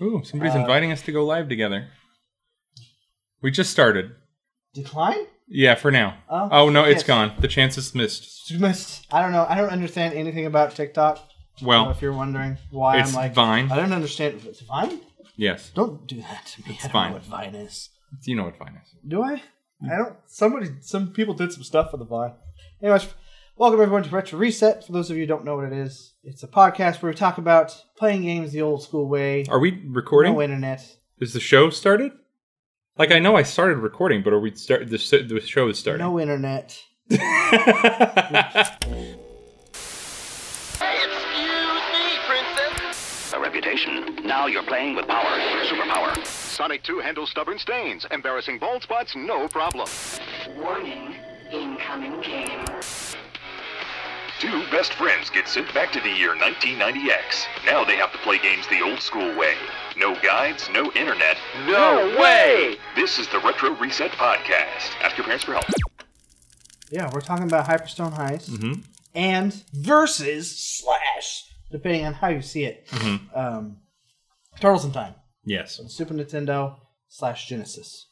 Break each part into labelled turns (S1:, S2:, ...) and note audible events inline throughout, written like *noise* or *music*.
S1: Ooh, somebody's
S2: Uh,
S1: inviting us to go live together. We just started.
S2: Decline?
S1: Yeah, for now.
S2: Oh,
S1: Oh, no, it's
S2: yes.
S1: gone. The chance is missed.
S2: Dismissed. I don't know. I don't understand anything about TikTok. So
S1: Well,
S2: if you're wondering why
S1: it's
S2: I'm like
S1: Vine.
S2: I don't understand. It's Vine?
S1: yes.
S2: Don't do that to me. I don't
S1: Vine. Mm.
S2: know what Vine is.
S1: You know what Vine is.
S2: Do I? I don't. Somebody, some people did some stuff with the Vine. Anyways, welcome everyone to Retro Reset. For those of you who don't know what it is, it's a podcast where we talk about playing games the old school way.
S1: Are we recording?
S2: No internet.
S1: Is the show started? Like, I know I started recording, but are we start the, s- the show is starting?
S2: No internet.
S3: Excuse me, princess.
S4: A reputation. Now you're playing with power. Superpower.
S3: Sonic 2 handles stubborn stains, embarrassing bald spots, no problem.
S5: Warning, incoming game.
S6: Two best friends get sent back to the year 1990X. Now they have to play games the old school way. No guides, no internet.
S3: No way!
S6: This is the Retro Reset Podcast. Ask your parents for help.
S2: Yeah, we're talking about Hyperstone Heist
S1: Mhm.
S2: and versus slash, depending on how you see it. Um, Turtles in Time,
S1: *laughs* yes.
S2: Super Nintendo slash Genesis.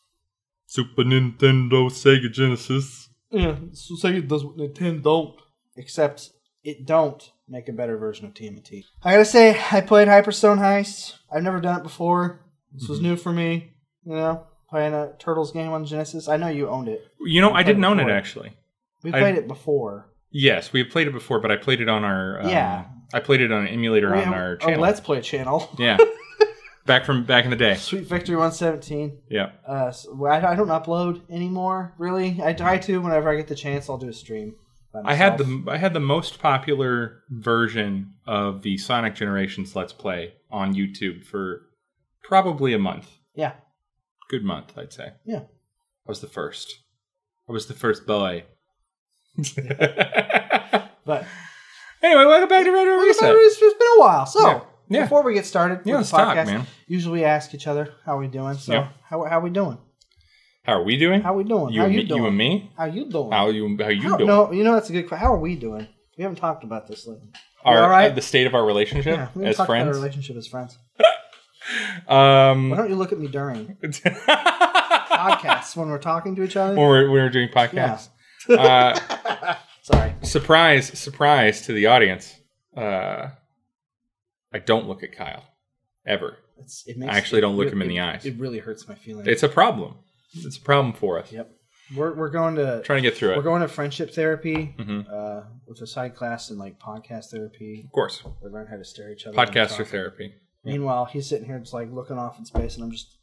S1: Super Nintendo, Sega Genesis.
S2: Yeah, so say it does what Nintendo don't. Except it don't make a better version of TMNT. I gotta say, I played Hyperstone Heist. I've never done it before. This was new for me. You know, playing a Turtles game on Genesis. I know you owned it.
S1: You know, I
S2: played
S1: didn't own it
S2: before.
S1: actually.
S2: We
S1: I-
S2: played it before.
S1: Yes, we had played it before, but I played it on our um,
S2: Yeah.
S1: I played it on an emulator
S2: We
S1: on
S2: have
S1: our
S2: a
S1: channel.
S2: Let's Play channel. *laughs*
S1: Yeah. back from back in the day.
S2: Sweet Victory 117.
S1: Yeah.
S2: Uh, so I, I don't upload anymore, really. I try to whenever I get the chance. I'll do a stream. by
S1: I had
S2: myself.
S1: the I had the most popular version of the Sonic Generations Let's Play on YouTube for probably a month.
S2: yeah,
S1: Good month, I'd say.
S2: yeah.
S1: I was the first. I was the first boy. *laughs*
S2: But
S1: anyway, welcome back to Retro Reset.
S2: it's it's been a while. So
S1: Yeah. Yeah.
S2: before we get started,
S1: Yeah,
S2: with
S1: let's
S2: the
S1: talk,
S2: podcast,
S1: man.
S2: usually we ask each other how we doing. So
S1: Yeah.
S2: how how we doing?
S1: How are we doing?
S2: How we doing?
S1: You
S2: how
S1: and
S2: you
S1: me,
S2: doing?
S1: you and me?
S2: How you doing?
S1: How you how you
S2: How-
S1: doing?
S2: No, you know that's a good question. How are we doing? We haven't talked about this lately.
S1: Our,
S2: You all right?
S1: uh, the state of our relationship
S2: Yeah, we haven't
S1: as
S2: talked about our
S1: friends.
S2: relationship as friends. Why
S1: um
S2: don't you look at me during
S1: when
S2: podcasts when we're talking to each other?
S1: we're, *laughs* when we're doing podcasts. Uh,
S2: Sorry.
S1: surprise, surprise to the audience. Uh, I don't look at Kyle ever.
S2: It's, it makes,
S1: I actually don't look
S2: it-
S1: him in the
S2: it-
S1: eyes.
S2: It really hurts my feelings.
S1: It's a problem. It's a problem for us.
S2: yep. We're, we're going to
S1: Trying to get through it.
S2: we're going to friendship therapy
S1: Mhm.
S2: uh, with a side class and like podcast therapy.
S1: of course.
S2: We learn how to stare each other. when we
S1: Podcaster
S2: talk.
S1: therapy.
S2: Meanwhile, he's sitting here just like looking off in space, and I'm just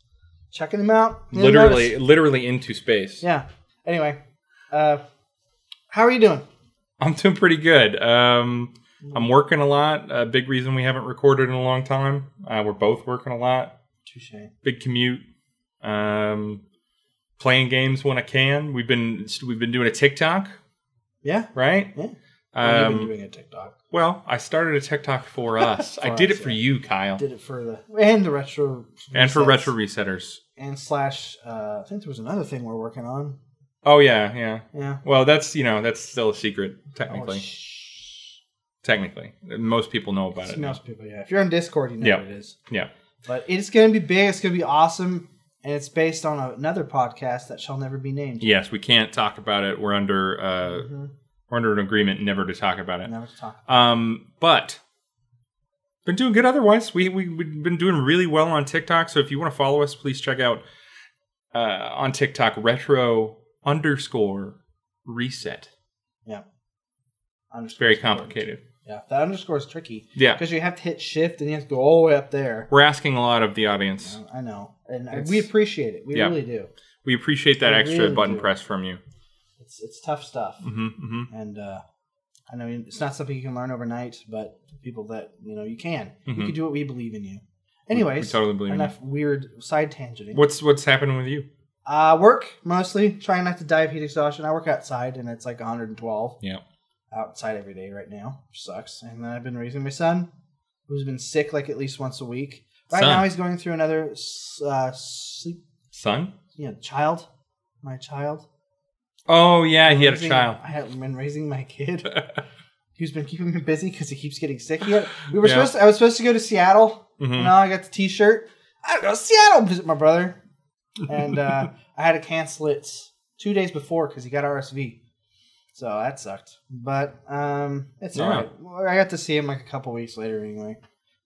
S2: checking him out. Didn't
S1: Literally,
S2: notice.
S1: literally into space.
S2: Yeah. Anyway, uh, how are you doing?
S1: I'm doing pretty good. Um,
S2: Mm.
S1: I'm working a lot. A big reason we haven't recorded in a long time. Uh, we're both working a lot.
S2: Touche.
S1: big commute um playing games when i can we've been we've been doing a tiktok
S2: Yeah.
S1: right
S2: Yeah. Well, you've been
S1: um
S2: doing a TikTok.
S1: well i started a tiktok
S2: *laughs*
S1: for us i
S2: For
S1: did it
S2: us,
S1: for
S2: yeah.
S1: you kyle
S2: Did it for the and the retro
S1: and for
S2: resets.
S1: retro resetters
S2: and slash. Uh, I think there was another thing we're working on.
S1: oh yeah yeah
S2: Yeah.
S1: well that's you know that's still a secret
S2: Oh,
S1: technically
S2: shh.
S1: technically most people know about it
S2: Most people, yeah. If you're on Discord, you know
S1: Yeah.
S2: what it is.
S1: yeah
S2: But it's going to be big. It's going to be awesome. And it's based on another podcast that shall never be named. Mm-hmm.
S1: yes we can't talk about it we're under uh we're under an agreement never to talk about it
S2: Never to talk.
S1: Um, but been doing good otherwise. We, we we've been doing really well on TikTok. So if you want to follow us, please check out uh, on TikTok retro underscore reset.
S2: Yeah.
S1: It's
S2: Underscore
S1: very
S2: is important.
S1: complicated.
S2: Yeah, that underscore is tricky.
S1: Yeah,
S2: Because you have to hit shift and you have to go all the way up there.
S1: we're asking a lot of the audience.
S2: I know. And I-
S1: It's-
S2: we appreciate it. We
S1: Yeah.
S2: really do.
S1: We appreciate that
S2: I
S1: extra
S2: really
S1: button
S2: do.
S1: press from you.
S2: It's, it's tough stuff.
S1: hmm hmm
S2: And uh, I know it's not something you can learn overnight, but people that, you know, you can.
S1: Mhm.
S2: You can do what we believe in you.
S1: we
S2: Anyways,
S1: totally believe in
S2: enough weird side tangenting.
S1: What's what's happening with you?
S2: Uh, work mostly, trying not to die of heat exhaustion. I work outside, and it's like 112
S1: Yeah.
S2: outside every day right now, which sucks. And then I've been raising my son, who's been sick like at least once a week. Right
S1: Son.
S2: now, he's going through another s- uh, sleep,
S1: Son?
S2: you know, child. My child.
S1: Oh yeah, he had a
S2: Raising-
S1: child.
S2: I have been raising
S1: *laughs*
S2: my kid. He's been keeping me busy because he keeps getting sick. He had, we were
S1: Yeah.
S2: supposed. To, I was supposed to go to Seattle.
S1: Mhm.
S2: No, I got the T-shirt. I gotta go to Seattle and visit my brother. And uh, I had to cancel it two days before because he got RSV. So that sucked. But um, it's
S1: Yeah.
S2: alright. Well, I got to see him like a couple weeks later anyway.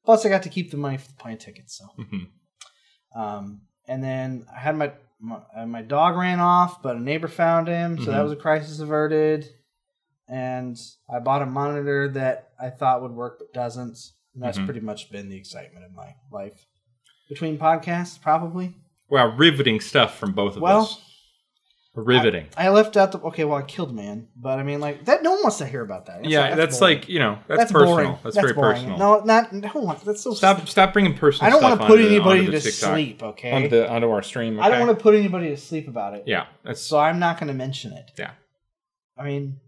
S2: Plus, I got to keep the money for the plane tickets. So,
S1: Mhm.
S2: um, and then I had my my, uh, my dog ran off, but a neighbor found him, so that
S1: Mhm.
S2: was a crisis averted. And I bought a monitor that I thought would work but doesn't. And that's
S1: Mhm.
S2: pretty much been the excitement of my life. Between podcasts, probably.
S1: Wow, riveting stuff from both of
S2: Well,
S1: us. Riveting.
S2: I left out the okay. Well, I killed man, but I mean, like that. No one wants to hear about that.
S1: yeah, that's,
S2: boring.
S1: like you know, that's, personal. That's, very
S2: boring.
S1: personal.
S2: No, not no one. That's so.
S1: stop, stop bringing personal.
S2: I don't
S1: want to
S2: put anybody
S1: onto
S2: to
S1: the TikTok,
S2: sleep. Okay.
S1: onto the onto our stream.
S2: I don't want to put anybody to sleep about it.
S1: Yeah, that's
S2: So I'm not going to mention it.
S1: Yeah.
S2: I mean,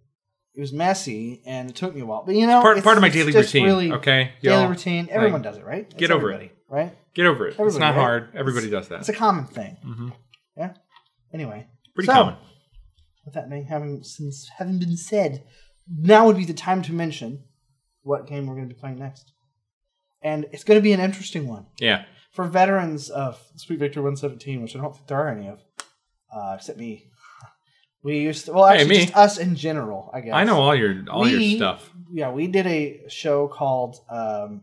S2: it was messy and it took me a while, but you know,
S1: part
S2: it's-
S1: part of my
S2: it's
S1: daily
S2: just
S1: routine.
S2: Really,
S1: okay,
S2: daily
S1: y'all?
S2: routine. Everyone does it, right?
S1: get over it.
S2: everybody, right?
S1: Get over it. it's
S2: Everybody,
S1: not
S2: right?
S1: hard. Everybody does that.
S2: It's a common thing.
S1: Mhm.
S2: Yeah. Anyway,
S1: Pretty
S2: So-
S1: common.
S2: with that being having since having been said, now would be the time to mention what game we're going to be playing next, and it's going to be an interesting one.
S1: Yeah.
S2: for veterans of Sweet Victor 117, which I don't think there are any of, uh, except me. We used to, well,
S1: Hey,
S2: actually,
S1: me.
S2: just us in general, I guess.
S1: I know all your all
S2: We-
S1: your stuff.
S2: Yeah, we did a show called um,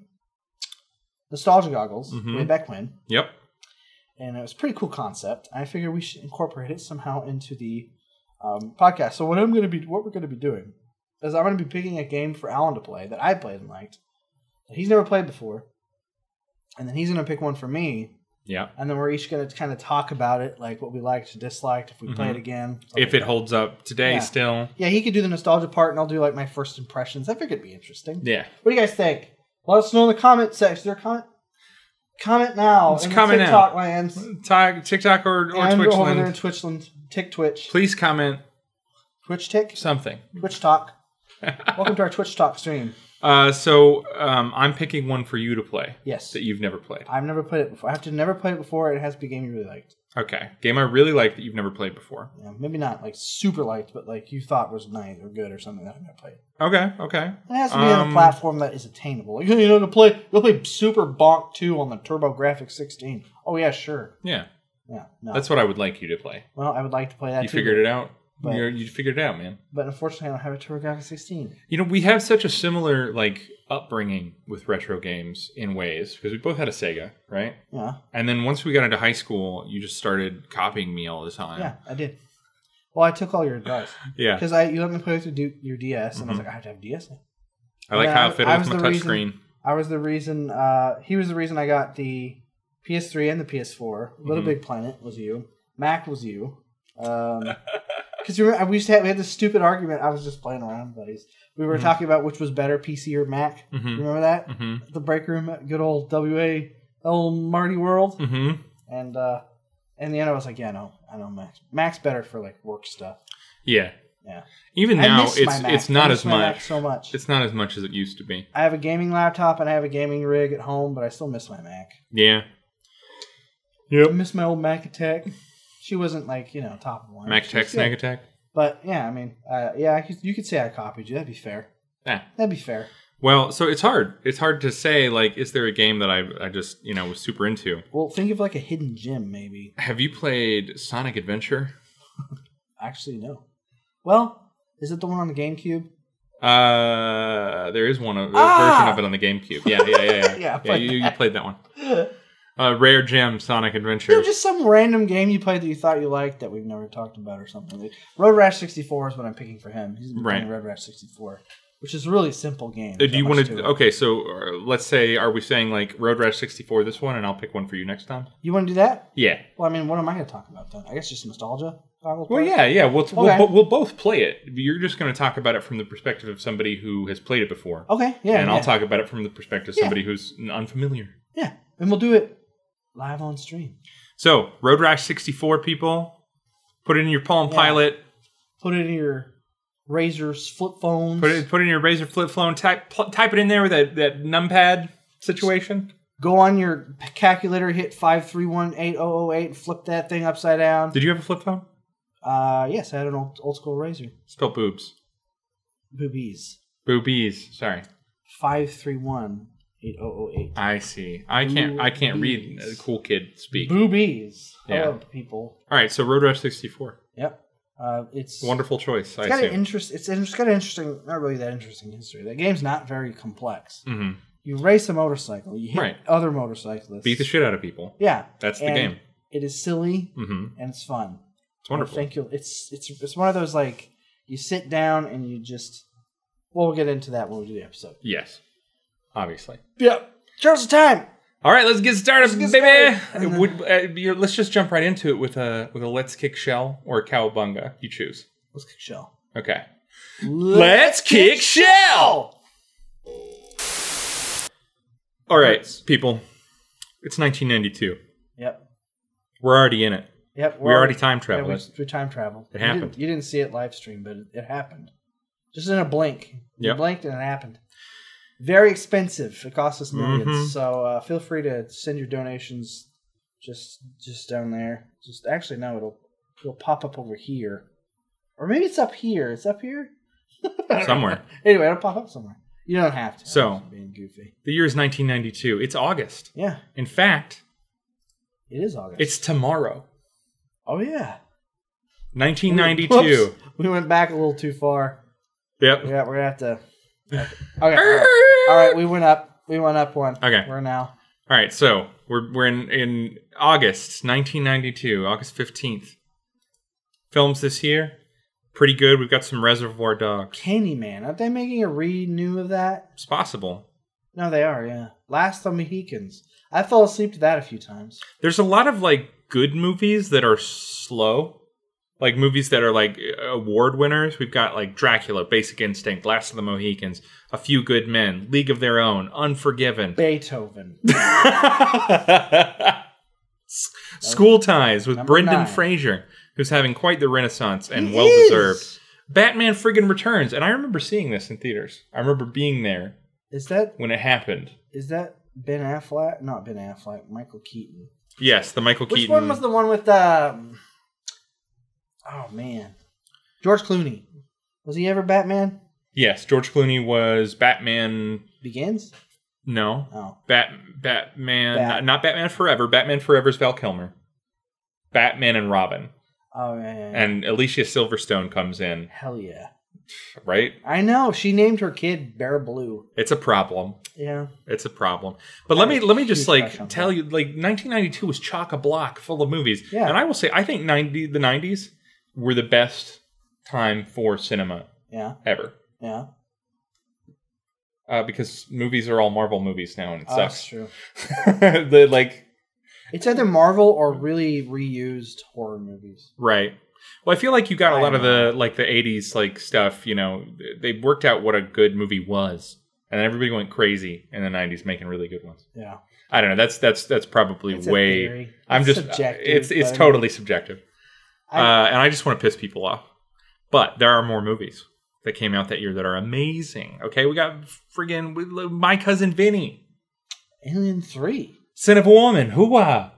S2: Nostalgia Goggles
S1: Mhm.
S2: way back when,
S1: Yep.
S2: and it was a pretty cool concept. I figure we should incorporate it somehow into the um, podcast. So what I'm going to be, what we're going to be doing is I'm going to be picking a game for Alan to play that I played and liked that he's never played before, and then he's going to pick one for me
S1: Yeah.
S2: and then we're each going to kind of talk about it, like what we liked, disliked, if we play it again. something
S1: Mm-hmm. If it
S2: like
S1: holds up today,
S2: Yeah.
S1: still.
S2: that. yeah, he could do the nostalgia part, and I'll do like my first impressions. I figured it'd be interesting.
S1: Yeah.
S2: What do you guys think? Let us know in the comment section. Is there a comment? Comment now.
S1: It's
S2: in the
S1: comment now.
S2: TikTok lands or
S1: Ti- TikTok or, or
S2: and over there in
S1: Twitchland.
S2: Twitchland, Tick Twitch,
S1: Please comment
S2: Twitch Tick,
S1: something. *laughs*
S2: Twitch Talk. Welcome to our Twitch Talk stream.
S1: Uh, so um, I'm picking one for you to play
S2: Yes,
S1: that you've never played.
S2: I've never played it before. I have to never play it before. It has to be a game you really liked.
S1: Okay, game I really like that you've never played before.
S2: You know, maybe not like super liked, but like you thought was nice or good or something that I've never played.
S1: Okay, okay.
S2: It has to be on
S1: Um,
S2: a platform that is attainable. Like, you know, to play, you'll play Super Bonk 2 on the Turbo Graphics 16. Oh, yeah, sure.
S1: Yeah,
S2: Yeah, no.
S1: that's what I would like you to play.
S2: well, I would like to play that
S1: You
S2: too.
S1: figured it out.
S2: But-
S1: You're, you figured it out, man.
S2: But unfortunately, I don't have a Turbo Graphics 16.
S1: You know, we have such a similar like upbringing with retro games in ways because we both had a Sega, right?
S2: Yeah,
S1: And then once we got into high school, you just started copying me all the time.
S2: yeah, I did. Well, I took all your advice.
S1: Yeah. Mm-hmm.
S2: Because I you let me play with your D- your DS, and I was like, I have to have DS now.
S1: I like
S2: Yeah,
S1: how
S2: I-
S1: it fit
S2: I
S1: with my
S2: was the reason-
S1: touchscreen.
S2: I was the reason, uh, he was the reason I got the PS3 and the PS4. Little
S1: Mhm.
S2: Big Planet was you. Mac was you. Um,
S1: *laughs*
S2: Because you remember, we used to have, we had this stupid argument. I was just playing around, buddies. We
S1: Mhm.
S2: were talking about which was better, PC or Mac. You
S1: Mm-hmm.
S2: remember that?
S1: Mm-hmm.
S2: The break room at good old WA El Marty World.
S1: Mm-hmm.
S2: And uh, in the end, I was like, yeah, no, I know Mac. Mac's better for like work stuff.
S1: Yeah.
S2: Yeah.
S1: Even
S2: I
S1: now,
S2: miss my
S1: it's
S2: Mac.
S1: it's not
S2: I miss
S1: as
S2: my Mac
S1: much.
S2: so much.
S1: It's not as much as it used to be.
S2: I have a gaming laptop and I have a gaming rig at home, but I still miss my Mac.
S1: Yeah.
S2: I
S1: Yep.
S2: miss my old Mac Attack. She wasn't like you know top of one.
S1: Mac
S2: She
S1: Tech
S2: was good.
S1: Snack Attack.
S2: But yeah, I mean, uh, yeah, I could, you could say I copied you. That'd be fair.
S1: Yeah.
S2: That'd be fair.
S1: Well, so it's hard. It's hard to say. Like, is there a game that I I just you know was super into?
S2: Well, think of like a hidden gem, maybe.
S1: Have you played Sonic Adventure?
S2: Actually, no. Well, is it the one on the GameCube?
S1: Uh, there is one of,
S2: Ah!
S1: version of it on the GameCube. Yeah, yeah, yeah, yeah.
S2: *laughs* Yeah, I
S1: yeah
S2: played
S1: you, you
S2: that.
S1: played that
S2: *laughs*
S1: one. Uh, Rare Gem Sonic Adventure.
S2: No, just some random game you played that you thought you liked that we've never talked about or something. Like, Road Rash 64 is what I'm picking for him. He's been playing
S1: Right.
S2: Road Rash 64, which is a really simple game.
S1: Uh,
S2: Not
S1: Do you
S2: much
S1: want
S2: it.
S1: to? Okay, so uh, let's say, are we saying like Road Rash 64 this one, and I'll pick one for you next time?
S2: You want to do that?
S1: Yeah.
S2: Well, I mean, what am I going to talk about then? I guess just nostalgia.
S1: Well, yeah, yeah. We'll
S2: Okay.
S1: we'll, bo- we'll both play it. You're just going to talk about it from the perspective of somebody who has played it before.
S2: Okay, Oh, yeah.
S1: and I'll
S2: yeah.
S1: talk about it from the perspective of
S2: Yeah.
S1: somebody who's n- unfamiliar.
S2: Yeah, and we'll do it live on stream.
S1: So, Road Rash 64 people, put it in your Palm
S2: Yeah.
S1: Pilot,
S2: Put it in your Razor's flip phones.
S1: put it put it in your Razor flip phone, type pl- type it in there with that that numpad situation.
S2: Go on your calculator, hit 5318008, and oh flip that thing upside down.
S1: Did you have a flip phone?
S2: Uh, yes, I had an old, old school Razor.
S1: Spell boobs.
S2: Boobies.
S1: Boobies. Sorry.
S2: Five three one 8008.
S1: I see. I can't. I can't read
S2: Boobies.
S1: uh, cool kid speak.
S2: Boobies.
S1: Yeah.
S2: Hello, people.
S1: All right. So Road Rash 64.
S2: Yep. Uh, it's
S1: Wonderful choice. I
S2: It's got an
S1: assume.
S2: interest. It's, it's got an interesting, not really that interesting history. The game's not very complex.
S1: Mhm.
S2: You race a motorcycle. You hit
S1: Right.
S2: other motorcyclists.
S1: Beat the shit out of people.
S2: Yeah,
S1: That's the
S2: and
S1: game.
S2: It is silly
S1: Mm-hmm.
S2: and it's fun.
S1: It's wonderful.
S2: I think you'll. It's it's it's one of those like you sit down and you just. Well, we'll get into that when we do the episode.
S1: yes. Obviously.
S2: Yep. Charles the time.
S1: All right. Let's get started,
S2: Let's get
S1: baby.
S2: started.
S1: It Would, uh, you- let's just jump right into it with a with a let's kick shell or cowabunga. You choose.
S2: Let's kick shell.
S1: Okay.
S2: Let's
S1: kick shell. All right, people. It's 1992.
S2: Yep.
S1: We're already
S2: *laughs*
S1: in it.
S2: Yep.
S1: We already time
S2: yeah, we,
S1: traveled.
S2: we time traveled.
S1: It
S2: You didn't-
S1: happened.
S2: You didn't, see it live stream, but it, it happened. Just in a blink. You
S1: Yep.
S2: blinked and it happened. Very expensive. It cost us 1000000s
S1: Mhm.
S2: So uh, feel free to send your donations just just down there. Just actually no, it'll it'll pop up over here. Or maybe it's up here. It's up here?
S1: Somewhere.
S2: Anyway, it'll pop up somewhere. You don't have to.
S1: So-
S2: I'm being goofy.
S1: The year is 1992. It's August.
S2: Yeah,
S1: In fact,
S2: it is August.
S1: it's tomorrow.
S2: oh yeah.
S1: 1992.
S2: Whoops. We went back a little too far.
S1: Yep.
S2: Yeah, we're gonna have to.
S1: *laughs*
S2: Okay. okay. All right, we went up. We went up one.
S1: Okay.
S2: We're now.
S1: All right, so we're we're in, in August 1992, August 15th. Films this year, pretty good. We've got some Reservoir Dogs.
S2: Candyman. Aren't they making a renew of that?
S1: It's possible.
S2: No, they are, yeah. Last of Mohicans. I fell asleep to that a few times.
S1: There's a lot of like good movies that are slow, like movies that are like award winners. We've got like Dracula, Basic Instinct, Last of the Mohicans, A Few Good Men, League of Their Own, Unforgiven,
S2: Beethoven.
S1: S- *laughs* School Ties with
S2: Number
S1: Brendan
S2: nine.
S1: Fraser, who's having quite the renaissance *laughs* and
S2: He
S1: well deserved.
S2: is!
S1: Batman friggin' returns, and I remember seeing this in theaters. I remember being there
S2: Is that
S1: when it happened.
S2: is that Ben Affleck? Not Ben Affleck. Michael Keaton.
S1: Yes, the Michael
S2: Which
S1: Keaton.
S2: one was the one with um? Oh man, George Clooney. Was he ever Batman?
S1: yes, George Clooney was Batman.
S2: Begins.
S1: No,
S2: Oh,
S1: Bat Batman.
S2: Bat-
S1: not- Not Batman Forever. Batman Forever's Val Kilmer. Batman and Robin,
S2: oh yeah, yeah, yeah.
S1: and Alicia Silverstone comes in.
S2: hell yeah.
S1: Right,
S2: I know she named her kid Bear Blue.
S1: it's a problem.
S2: Yeah.
S1: It's a problem. But let
S2: I
S1: me
S2: have a
S1: let me just
S2: huge crush on
S1: like tell
S2: that.
S1: you like 1992 was chock a block full of movies.
S2: Yeah.
S1: And I will say I think 90 the 90s were the best time for cinema
S2: Yeah,
S1: ever.
S2: yeah.
S1: Uh, because movies are all Marvel movies now and it
S2: Oh, that's
S1: sucks.
S2: true.
S1: *laughs* the like
S2: It's either Marvel or really reused horror movies.
S1: right. Well, I feel like you got a
S2: I
S1: lot of the like the 80s like stuff, you know, they worked out what a good movie was. And everybody went crazy in the 90s making really good ones.
S2: Yeah,
S1: I don't know. That's that's that's probably
S2: It's a
S1: way
S2: theory.
S1: I'm
S2: It's
S1: just uh,
S2: subjective,
S1: it's it's
S2: but-
S1: totally subjective.
S2: I-
S1: uh, and I just want to piss people off. But there are more movies that came out that year that are amazing. Okay, we got friggin' we, My Cousin Vinny,
S2: Alien Three.
S1: Sin of a Woman, Hooah.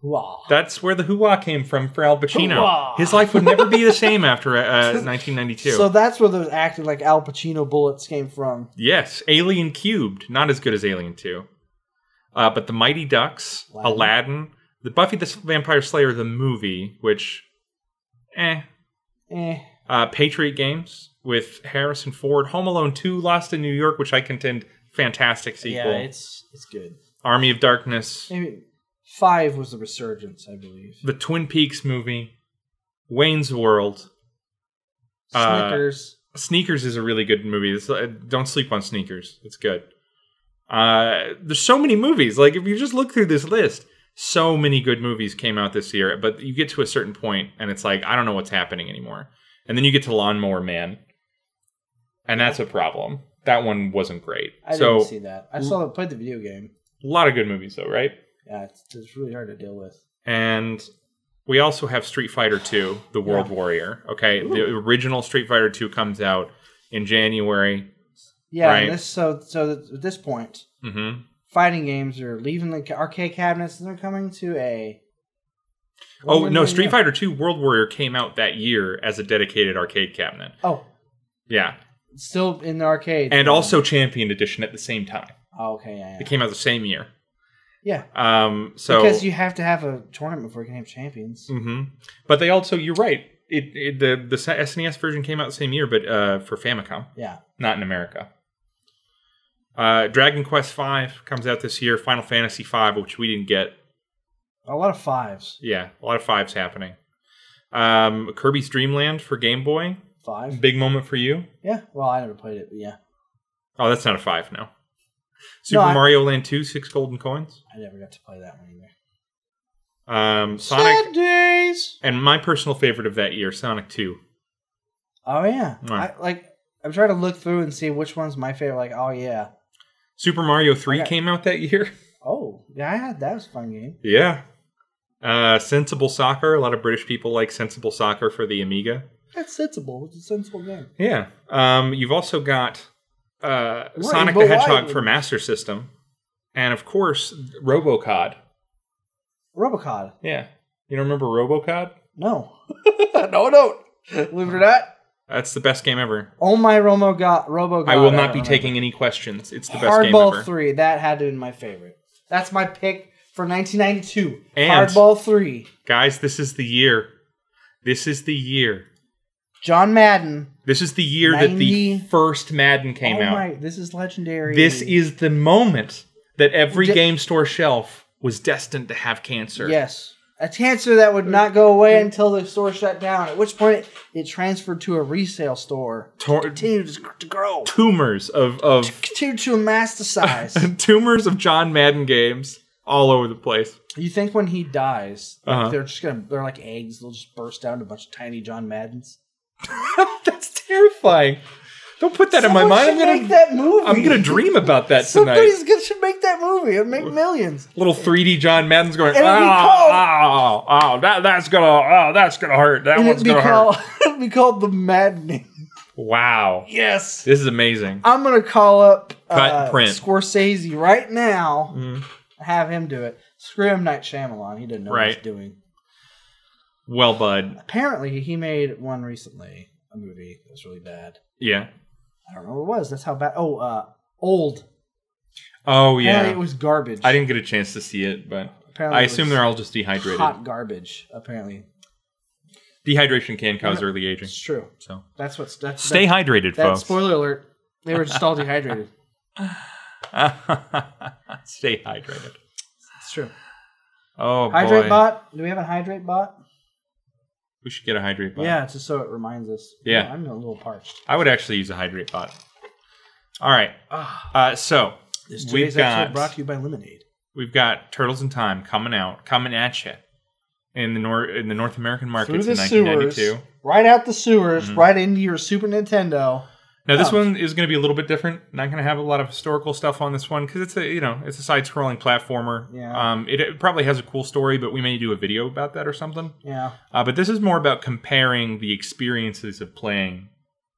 S2: Wow.
S1: That's where the Hooah came from for Al Pacino.
S2: Hoo-wah.
S1: His life would never be the same after
S2: *laughs*
S1: uh, 1992.
S2: So that's where those acted like Al Pacino bullets came from.
S1: yes, Alien Cubed, not as good as Alien 2. Uh, but The Mighty Ducks,
S2: Aladdin.
S1: Aladdin, The Buffy the Vampire Slayer, the movie, which, eh,
S2: Eh.
S1: uh, Patriot Games with Harrison Ford, Home Alone 2, Lost in New York, which I contend fantastic sequel.
S2: Yeah, it's it's good.
S1: Army of Darkness,
S2: Maybe five was the resurgence, I believe.
S1: the Twin Peaks movie, Wayne's World. Uh,
S2: Snickers.
S1: Sneakers is a really good movie. It's, uh, don't sleep on Sneakers. It's good. Uh, there's so many movies. Like if you just look through this list, so many good movies came out this year. But you get to a certain point, and it's like I don't know what's happening anymore. And then you get to Lawnmower Man, and that's a problem. That one wasn't great.
S2: I
S1: so
S2: didn't see that. I saw it played the video game.
S1: a lot of good movies though, right?
S2: Yeah, it's, it's really hard to deal with.
S1: And we also have Street Fighter Two: The World Warrior. Okay, the original Street Fighter Two comes out in January.
S2: Yeah,
S1: Right.
S2: and this so so th- at this point,
S1: hmm
S2: fighting games are leaving the ca- arcade cabinets and they're coming to a.
S1: Oh
S2: What
S1: no,
S2: were they-
S1: Street Fighter Two World Warrior came out that year as a dedicated arcade cabinet.
S2: Oh,
S1: Yeah,
S2: still in the arcade.
S1: and also Champion Edition at the same time.
S2: Oh, okay, yeah, yeah.
S1: It came out the same year.
S2: yeah.
S1: Um, so
S2: because you have to have a tournament before you can have champions.
S1: hmm But they also, you're right. It, it the the SNES E version came out the same year, but uh, for Famicom,
S2: Yeah,
S1: not in America. Uh, Dragon Quest V comes out this year. Final Fantasy V, which we didn't get.
S2: a lot of fives.
S1: Yeah, a lot of fives happening. Um, Kirby's Dream Land for Game Boy.
S2: Five.
S1: Big moment for you.
S2: Yeah. Well, I never played it, but yeah,
S1: Oh, that's not a five now. Super
S2: I-
S1: Mario Land 2, six golden coins.
S2: I never got to play that one either.
S1: Um, Sonic,
S2: Sad days.
S1: and my personal favorite of that year, Sonic 2.
S2: Oh yeah.
S1: Mm.
S2: I, like I'm trying to look through and see which one's my favorite. Like oh yeah.
S1: Super Mario 3
S2: Okay.
S1: came out that year. *laughs*
S2: Oh yeah, I had that was a fun game.
S1: Yeah. Uh, Sensible Soccer. A lot of British people like Sensible Soccer for the Amiga.
S2: That's sensible. It's a sensible game.
S1: Yeah. Um, you've also got uh,
S2: Rainbow
S1: Sonic the Hedgehog
S2: Island.
S1: for Master System. And of course, Robocod.
S2: Robocod.
S1: Yeah. You don't remember Robocod?
S2: No. *laughs* no, no. Believe it or not.
S1: That's the best game ever.
S2: Oh my Romo got Robocod.
S1: I will
S2: Oh don't
S1: not be
S2: remember.
S1: taking any questions. It's the best game
S2: Hardball
S1: ever.
S2: three. That had to be my favorite. That's my pick for 1992.
S1: And-
S2: Hardball three.
S1: Guys, this is the year. This is the year.
S2: John Madden.
S1: This is the year that the
S2: 90
S1: first Madden came
S2: oh
S1: out.
S2: my! This is legendary.
S1: This is the moment that every
S2: Di-
S1: game store shelf was destined to have cancer.
S2: yes a cancer that would not go away until the store shut down. At which point it transferred to a resale store.
S1: Tor-
S2: Continues to grow.
S1: tumors of,
S2: *laughs*
S1: of
S2: Continued to
S1: *laughs*
S2: amasticize.
S1: tumors of John Madden games all over the place. *laughs*
S2: you think when he dies, like,
S1: Uh-huh.
S2: they're just gonna they're like eggs. They'll just burst out into a bunch of tiny John Maddens.
S1: That's terrifying. Don't put that in my
S2: Someone
S1: mind. I'm
S2: should
S1: gonna
S2: make that movie.
S1: I'm gonna dream about that tonight.
S2: Somebody's gonna should make that movie and make millions.
S1: Little 3D John Madden's going. Oh,
S2: It'll be
S1: oh,
S2: called-
S1: oh, that, that's gonna, oh, that's gonna hurt. That
S2: And
S1: one's
S2: it'd be
S1: gonna
S2: called *laughs*
S1: hurt.
S2: it'd be called the Maddening.
S1: Wow,
S2: Yes.
S1: this is amazing.
S2: I'm gonna call up
S1: Cut
S2: uh,
S1: and print.
S2: Scorsese right now.
S1: Mhm.
S2: Have him do it. Screw him, Night Shyamalan. He didn't know what
S1: Right.
S2: he's doing.
S1: Well, bud,
S2: Apparently, he made one recently, a movie that was really bad.
S1: yeah.
S2: I don't know what it was. That's how bad. Oh, uh, old.
S1: Oh yeah.
S2: Apparently, it was garbage.
S1: I didn't get a chance to see it, but
S2: Apparently
S1: I
S2: it
S1: assume
S2: was
S1: they're all just dehydrated.
S2: hot garbage. Apparently,
S1: Dehydration can cause early aging.
S2: it's true.
S1: So
S2: That's what's that's
S1: stay
S2: that,
S1: hydrated,
S2: That
S1: folks.
S2: spoiler alert. They were just all dehydrated.
S1: *laughs* stay hydrated.
S2: It's true.
S1: Oh
S2: Hydrate
S1: boy,
S2: bot. Do we have a hydrate bot?
S1: we should get a hydrate bot.
S2: Yeah, it's just so it reminds us.
S1: Yeah.
S2: Oh, I'm a little parched.
S1: I would actually use a hydrate bot. All right. Uh, so
S2: Ah, This
S1: we've
S2: today's episode
S1: got
S2: brought to you by Lemonade.
S1: we've got Turtles in Time coming out, coming at you in the nor- in the North American markets in Mm-hmm. 1992.
S2: right out the sewers, right into your Super Nintendo.
S1: Now this
S2: Oh.
S1: one is going to be a little bit different. Not going to have a lot of historical stuff on this one because it's a you know it's a side-scrolling platformer.
S2: Yeah.
S1: Um, it, it probably has a cool story, but we may do a video about that or something.
S2: Yeah,
S1: Uh, but this is more about comparing the experiences of playing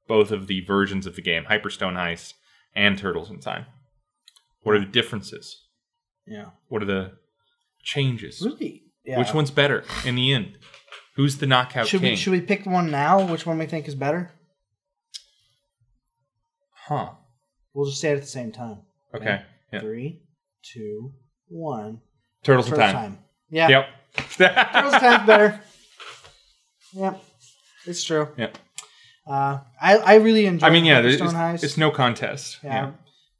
S1: both of the versions of the game, Hyperstone Heist and Turtles in Time. What are the differences?
S2: yeah.
S1: What are the changes?
S2: Really? Yeah.
S1: Which one's better in the end? Who's the knockout
S2: Should
S1: king?
S2: we should we pick one now? Which one we think is better?
S1: Huh.
S2: We'll just say it at the same time.
S1: Okay. Yeah.
S2: Three, two, one.
S1: Turtles in
S2: Turtle
S1: Time.
S2: time. Yeah.
S1: Yep. *laughs*
S2: Turtles time's better. Yep. It's true.
S1: Yep.
S2: Uh, I I really enjoy.
S1: I mean, yeah, it's,
S2: Stone Heist.
S1: it's no contest.
S2: Yeah.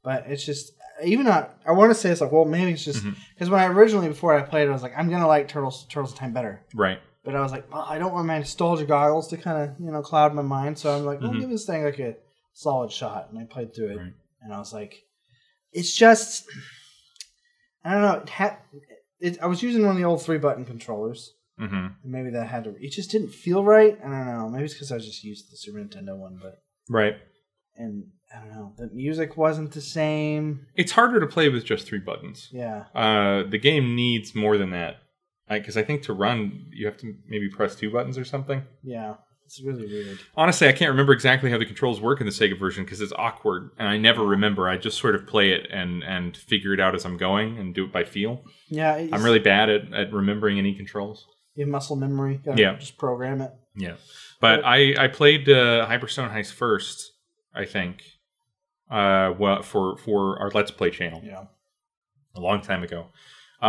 S2: But it's just even not. I want to say it's like well maybe it's
S1: Mm-hmm.
S2: just because when I originally before I played it I was like I'm gonna like Turtles Turtles in Time better,
S1: Right.
S2: but I was like well, I don't want my nostalgia goggles to kind of you know cloud my mind, so I'm like I'll give this thing like a solid shot, and I played through it,
S1: Mm-hmm. Right.
S2: and I was like, it's just I don't know. It had, it, I was using one of the old three button controllers.
S1: hmm
S2: and Maybe that had to. It just didn't feel right. I don't know. Maybe it's because I was just used to the Super Nintendo one, but
S1: Right.
S2: and I don't know. The music wasn't the same.
S1: It's harder to play with just three buttons.
S2: Yeah.
S1: Uh, the game needs more than that. Because I think to run, you have to maybe press two buttons or something.
S2: Yeah, it's really weird.
S1: Honestly, I can't remember exactly how the controls work in the Sega version because it's awkward, and I never remember. I just sort of play it and and figure it out as I'm going and do it by feel.
S2: Yeah, it's,
S1: I'm really bad at, at remembering any controls.
S2: you have muscle memory. Gotta
S1: Yeah.
S2: just program it.
S1: Yeah, but I I played uh, Hyperstone Heist first, I think, uh, well, for for our Let's Play channel
S2: Yeah.
S1: a long time ago.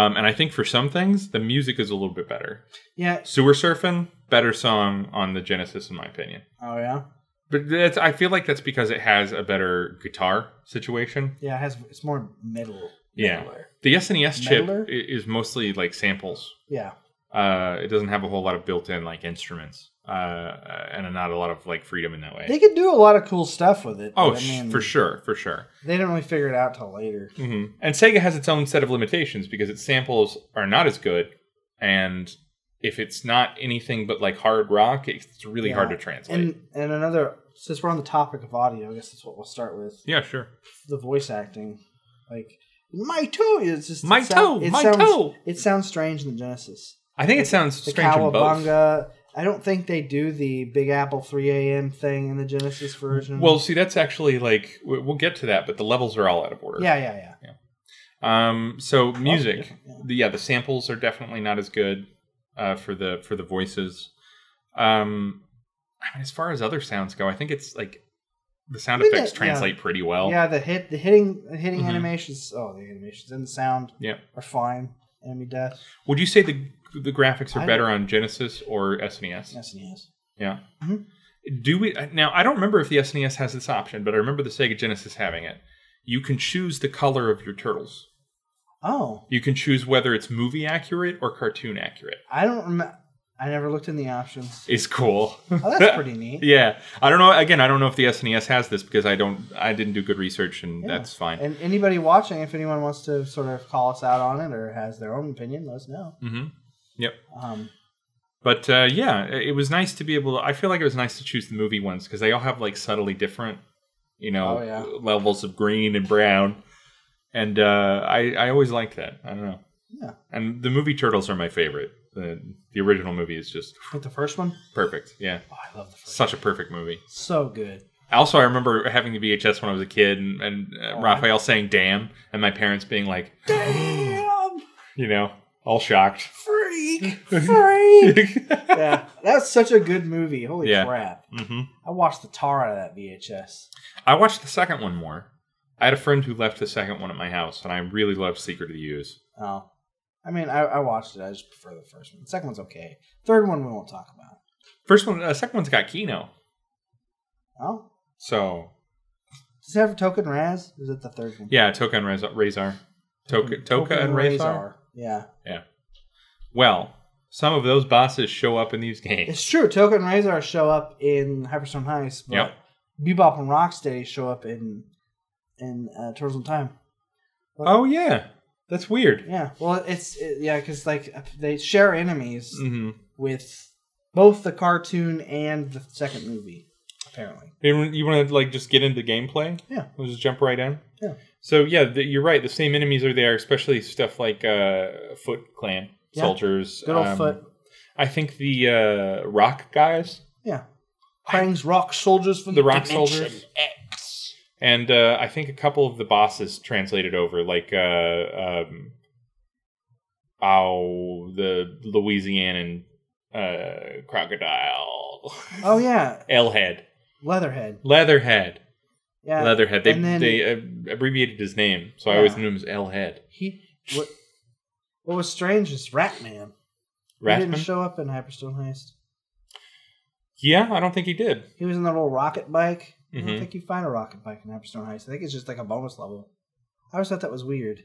S1: Um, and I think for some things, the music is a little bit better.
S2: Yeah.
S1: Sewer Surfing, better song on the Genesis, in my opinion.
S2: Oh yeah.
S1: But that's, I feel like that's because it has a better guitar situation.
S2: Yeah. It has. It's more metal.
S1: Yeah.
S2: metaler.
S1: The SNES chip
S2: Meddler?
S1: i- is mostly like samples.
S2: Yeah.
S1: Uh, it doesn't have a whole lot of built-in like instruments, uh, and not a lot of like freedom in that way.
S2: They could do a lot of cool stuff with it.
S1: oh,
S2: but,
S1: sh- for sure, for sure.
S2: They didn't really figure it out till later.
S1: hmm And Sega has its own set of limitations because its samples are not as good, and if it's not anything but like hard rock, it's really
S2: Yeah.
S1: hard to translate.
S2: And and another since we're on the topic of audio, I guess that's what we'll start with.
S1: yeah, sure.
S2: The voice acting, like my toe is just
S1: My
S2: it sound-
S1: toe,
S2: it
S1: my
S2: sounds,
S1: toe.
S2: It sounds strange in the Genesis.
S1: I think it sounds
S2: The
S1: strange in both.
S2: cowabunga. I don't think they do the Big Apple 3 a.m. thing in the Genesis version.
S1: Well, see, that's actually like we- we'll get to that, but the levels are all out of order.
S2: yeah, yeah, yeah.
S1: Um. So music,
S2: different, yeah.
S1: the, yeah, the samples are definitely not as good uh, for the for the voices. Um, I mean, as far as other sounds go, I think it's like the sound
S2: I think
S1: effects
S2: that- yeah.
S1: translate pretty well.
S2: Yeah, the hit, the hitting, the hitting
S1: Mhm.
S2: animations. Oh, the animations and the sound
S1: Yeah.
S2: are fine. Enemy death.
S1: Would you say the the graphics are
S2: I-
S1: better on Genesis or SNES?
S2: Yes, and yes.
S1: Yeah.
S2: Mhm.
S1: Do we uh, now? I don't remember if the SNES has this option, but I remember the Sega Genesis having it. You can choose the color of your turtles.
S2: Oh,
S1: You can choose whether it's movie accurate or cartoon accurate.
S2: I don't remember. I never looked in the options.
S1: It's cool.
S2: Oh,
S1: *laughs*
S2: that's pretty neat.
S1: yeah, I don't know. Again, I don't know if the SNES has this because I don't. I didn't do good research, and
S2: Yeah.
S1: that's fine.
S2: And anybody watching, if anyone wants to sort of call us out on it or has their own opinion, let us know.
S1: hmm
S2: Um,
S1: But uh, yeah, it it was nice to be able. to... I feel like it was nice to choose the movie ones because they all have like subtly different, you know,
S2: Oh, yeah.
S1: levels of green and brown, and uh, I I always liked that. I don't know.
S2: Yeah.
S1: And the movie Turtles are my favorite. The the original movie is just
S2: with the first one,
S1: perfect. Yeah,
S2: oh, I love the first.
S1: such a perfect movie.
S2: So good.
S1: Also, I remember having the VHS when I was a kid, and, and uh,
S2: Oh.
S1: Raphael saying "damn," and my parents being like,
S2: Damn,
S1: you know, all
S2: *laughs*
S1: shocked. *laughs* Mm-hmm.
S2: freak, freak. yeah, that's such a good movie. Holy
S1: Yeah.
S2: crap!
S1: hmm
S2: I watched the tar out of that VHS.
S1: I watched the second one more. I had a friend who left the second one at my house, and I really loved Secret of the Use.
S2: Oh, I mean, I, I watched it. I just prefer the first one. The second one's okay. Third one we won't talk about.
S1: First one, uh, second one's got Kino.
S2: Oh,
S1: So
S2: does it have Token Raz? Or is it the third one?
S1: yeah, Toka and Reza- Razar. Toka,
S2: Mm-hmm.
S1: Toka and Razar.
S2: Yeah,
S1: Well, some of those bosses show up in these games.
S2: it's true. Token and Razor show up in Hyperstone Heist, but
S1: Yep.
S2: Bebop and Rocksteady show up in in uh, Turtles in Time.
S1: *laughs* Oh yeah, that's weird.
S2: Yeah, well, it's it, yeah, because like uh, they share enemies
S1: Mm-hmm.
S2: with both the cartoon and the second movie, apparently.
S1: You, want to like just get into gameplay?
S2: Yeah.
S1: We'll just jump right in.
S2: Yeah.
S1: So yeah, the, you're right. The same enemies are there, especially stuff like uh, Foot Clan
S2: Yeah.
S1: soldiers.
S2: Good old
S1: um,
S2: Foot.
S1: I think the uh, Rock guys,
S2: Yeah. Krang's rock soldiers from
S1: the Rock soldiers, and uh, I think a couple of the bosses translated over, like uh, um, oh, the Louisianan uh, crocodile,
S2: Oh yeah,
S1: Elhead,
S2: Leatherhead.
S1: Leatherhead.
S2: Yeah.
S1: Leatherhead. They
S2: and then-
S1: they uh, abbreviated his name, so I
S2: Yeah.
S1: always knew him as L Head.
S2: He what? What was strange is Ratman. He didn't
S1: Ratman.
S2: show up in Hyperstone Heist.
S1: yeah, I don't think he did.
S2: He was in that little rocket bike. I
S1: Mhm.
S2: don't think you find a rocket bike in Hyperstone Heist. I think it's just like a bonus level. I always thought that was weird.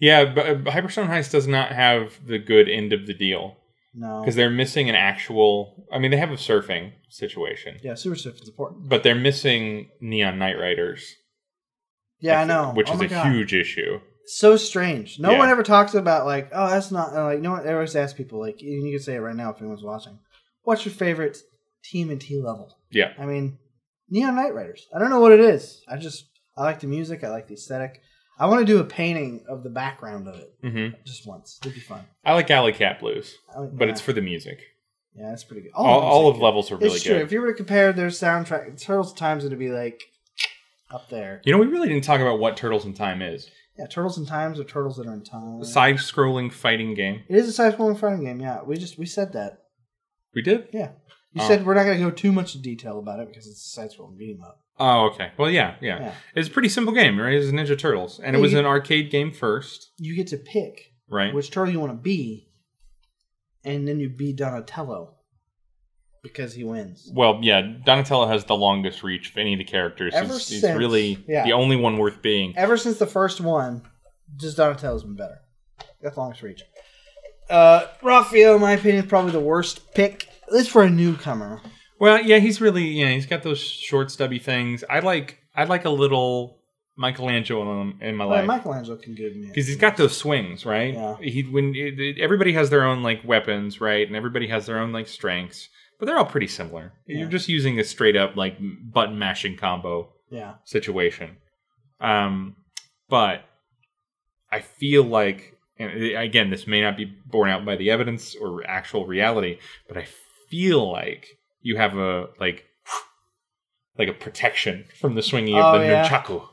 S1: Yeah, but uh, Hyperstone Heist does not have the good end of the deal
S2: No.
S1: because they're missing an actual. I mean, they have a surfing situation,
S2: Yeah, Super Swift is important.
S1: but they're missing Neon Night Riders.
S2: Yeah, I
S1: think,
S2: know.
S1: which
S2: Oh
S1: is
S2: my
S1: a
S2: God.
S1: huge issue.
S2: so strange. No
S1: Yeah.
S2: one ever talks about like, oh, that's not uh, like no one ever asks people like, and you can say it right now if anyone's watching. What's your favorite team and T level?
S1: Yeah.
S2: I mean, Neon Knight Riders. I don't know what it is. I just I like the music. I like the aesthetic. I want to do a painting of the background of it
S1: hmm
S2: just once. It'd be fun.
S1: I like Alley Cat Blues,
S2: I like
S1: but
S2: that.
S1: it's for the music.
S2: yeah, that's pretty good.
S1: All,
S2: Oh, the
S1: all
S2: music
S1: of
S2: is-
S1: levels are really
S2: it's true.
S1: good.
S2: If you were to compare their soundtrack, Turtles in Time's going to be like up there.
S1: You know, we really didn't talk about what Turtles in Time is.
S2: Yeah, Turtles in Times or Turtles that are in time.
S1: A side-scrolling fighting game.
S2: it is a side-scrolling fighting game. Yeah, we just we said that.
S1: We did.
S2: Yeah. You
S1: Oh.
S2: said we're not going to go too much detail about it because it's a side scrolling beat 'em up.
S1: Oh, okay. Well, yeah, yeah,
S2: Yeah.
S1: It's a pretty simple game, right? It's Ninja Turtles, and it
S2: Yeah,
S1: was
S2: you-
S1: an arcade game first,
S2: You get to pick
S1: right?
S2: which turtle you want to be, and then you be Donatello because he wins.
S1: well, yeah, Donatello has the longest reach of any of the characters.
S2: Ever
S1: he's, he's
S2: since-
S1: really
S2: yeah.
S1: the only one worth being.
S2: Ever since the first one, just Donatello's been better. That's longest reach. Uh, Raphael, in my opinion, is probably the worst pick, at least for a newcomer.
S1: Well, yeah, he's really yeah, he's got those short, stubby things. I like I like a little Michelangelo in, in my
S2: Well,
S1: life
S2: Uh, Michelangelo can give me
S1: because he's got those swings, right?
S2: Yeah.
S1: He when it, it- everybody has their own like weapons, right? And everybody has their own like strengths, but they're all pretty similar. You're just using a straight up like button mashing combo
S2: yeah.
S1: situation. Um, but I feel like, and again, this may not be borne out by the evidence or actual reality, but I feel like you have a like like a protection from the swinging of
S2: Oh,
S1: the
S2: yeah.
S1: nunchaku.
S2: Oh,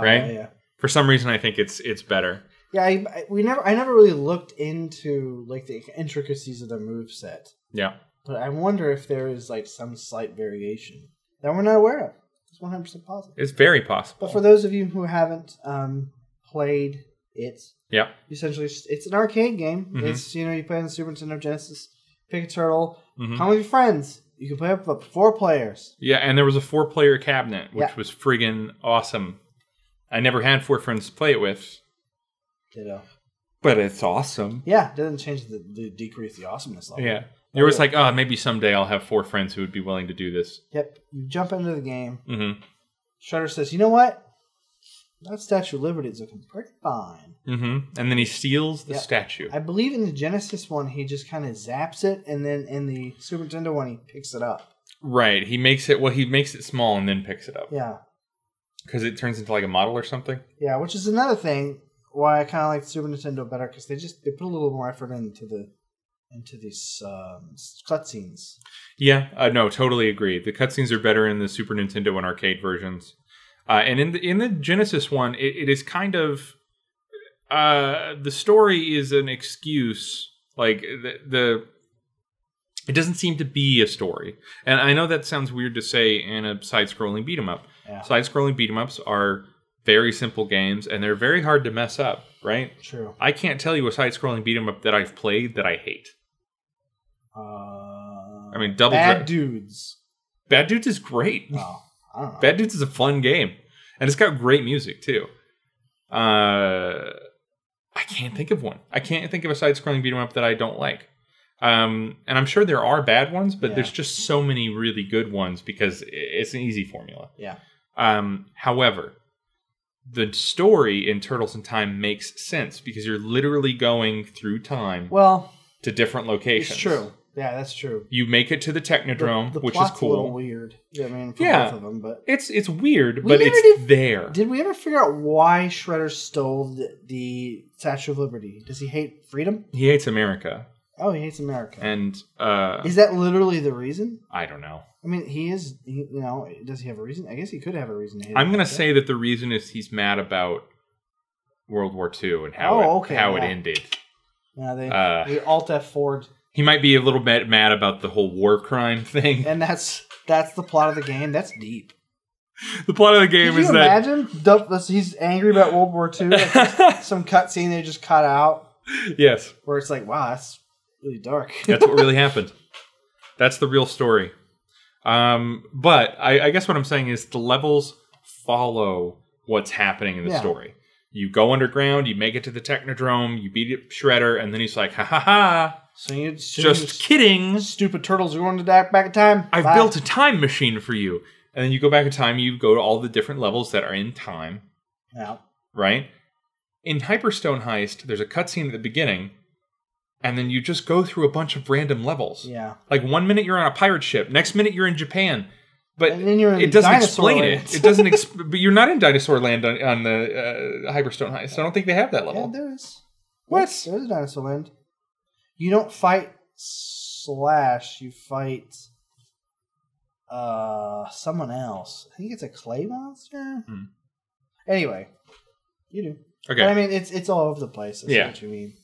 S1: Right?
S2: yeah, yeah.
S1: For some reason, I think it's it's better.
S2: Yeah, I, I- we never, I never really looked into like the intricacies of the move set,
S1: Yeah,
S2: but I wonder if there is like some slight variation that we're not aware of. It's one hundred percent positive.
S1: it's very possible.
S2: But for those of you who haven't um, played it,
S1: yeah,
S2: essentially it's it's an arcade game.
S1: Mhm.
S2: It's you know you play on the Super Nintendo Genesis, pick a turtle,
S1: Mhm.
S2: come with your friends. You can play up to four players.
S1: yeah, and there was a four player cabinet, which
S2: Yeah.
S1: was friggin' awesome. I never had four friends to play it with,
S2: Ditto.
S1: but it's awesome.
S2: Yeah, doesn't change the, the decrease the awesomeness level.
S1: Yeah. You're always like, oh, maybe someday I'll have four friends who would be willing to do this.
S2: Yep. You jump into the game.
S1: Mm
S2: Shredder says, "You know what? That Statue of Liberty is looking pretty fine."
S1: hmm. Mm hmm. And then he steals the
S2: Yeah.
S1: statue.
S2: I believe in the Genesis one, he just kind of zaps it, and then in the Super Nintendo one, he picks it up.
S1: right. He makes it, well, he makes it small and then picks it up
S2: Yeah,
S1: because it turns into like a model or something.
S2: yeah, which is another thing why I kind of like Super Nintendo better because they just they put a little more effort into the into these um, s- cutscenes.
S1: Yeah. Uh, no, totally agree. The cutscenes are better in the Super Nintendo and arcade versions. Uh, and in the, in the Genesis one, it, it is kind of uh, the story is an excuse. Like the, the it doesn't seem to be a story. And I know that sounds weird to say in a side-scrolling beat 'em up.
S2: Yeah.
S1: Side-scrolling beat 'em ups are very simple games, and they're very hard to mess up. Right?
S2: True.
S1: I can't tell you a side-scrolling beat 'em up that I've played that I hate.
S2: Uh, I
S1: I mean, Double
S2: bad
S1: Dra-
S2: dudes.
S1: Bad Dudes is great.
S2: Oh, I don't know.
S1: Bad Dudes is a fun game, and it's got great music too. Uh, I can't think of one. I can't think of a side-scrolling beat 'em up that I don't like. Um, and I'm sure there are bad ones, but
S2: Yeah.
S1: there's just so many really good ones because i- it's an easy formula.
S2: yeah,
S1: Um, however, the story in Turtles in Time makes sense because you're literally going through time
S2: well,
S1: to different locations.
S2: it's true. Yeah, that's true.
S1: You make it to the Technodrome,
S2: the
S1: which is
S2: plot's A little
S1: cool.
S2: weird. Yeah, I mean, for
S1: Yeah.
S2: both of them, but
S1: It's it's weird,
S2: We
S1: but
S2: never
S1: it's
S2: did-
S1: there.
S2: did we ever figure out why Shredder stole the, the Statue of Liberty? Does he hate freedom?
S1: He hates America,
S2: Oh, he hates America.
S1: and uh,
S2: is that literally the reason?
S1: I don't know.
S2: I mean, he is. He, you know, does he have a reason? I guess he could have a reason. To hate
S1: I'm gonna
S2: America.
S1: say that the reason is he's mad about World War II and how
S2: Oh,
S1: it,
S2: okay,
S1: how it
S2: yeah.
S1: ended.
S2: Yeah, they
S1: uh,
S2: they alt F Ford,
S1: He might be a little bit mad about the whole war crime thing.
S2: and that's that's the plot of the game. That's deep.
S1: the plot of the game
S2: Can you
S1: is that
S2: imagine? Dump- that's- He's angry about World War
S1: *laughs*
S2: II. Like, there's some cutscene they just cut out
S1: yes,
S2: where it's like, wow, that's really dark.
S1: that's what really happened. That's the real story. Um, but I, I guess what I'm saying is the levels follow what's happening in the
S2: Yeah.
S1: story. You go underground, you make it to the Technodrome, you beat up Shredder, and then he's like, "Ha ha ha!
S2: so you so you-
S1: Just kidding."
S2: stupid turtles are going to die back in time.
S1: I've
S2: Bye.
S1: built a time machine for you. And then you go back in time, you go to all the different levels that are in time,
S2: Yeah.
S1: right? In Hyperstone Heist, there's a cutscene at the beginning, and then you just go through a bunch of random levels.
S2: Yeah.
S1: Like one minute you're on a pirate ship, next minute you're in Japan, but
S2: And then you're in
S1: it doesn't
S2: Dinosaur
S1: explain
S2: Land.
S1: it. It
S2: *laughs*
S1: doesn't. Exp- but you're not in Dinosaur Land on, on the uh, Hyperstone Heist. I don't think they have that
S2: Yeah,
S1: level.
S2: there is.
S1: What?
S2: There is a dinosaur land. You don't fight Slash, you fight uh someone else. I think it's a clay monster.
S1: Hmm.
S2: Anyway, you do.
S1: okay.
S2: But I mean, it's it's all over the place. I see
S1: Yeah.
S2: what you mean.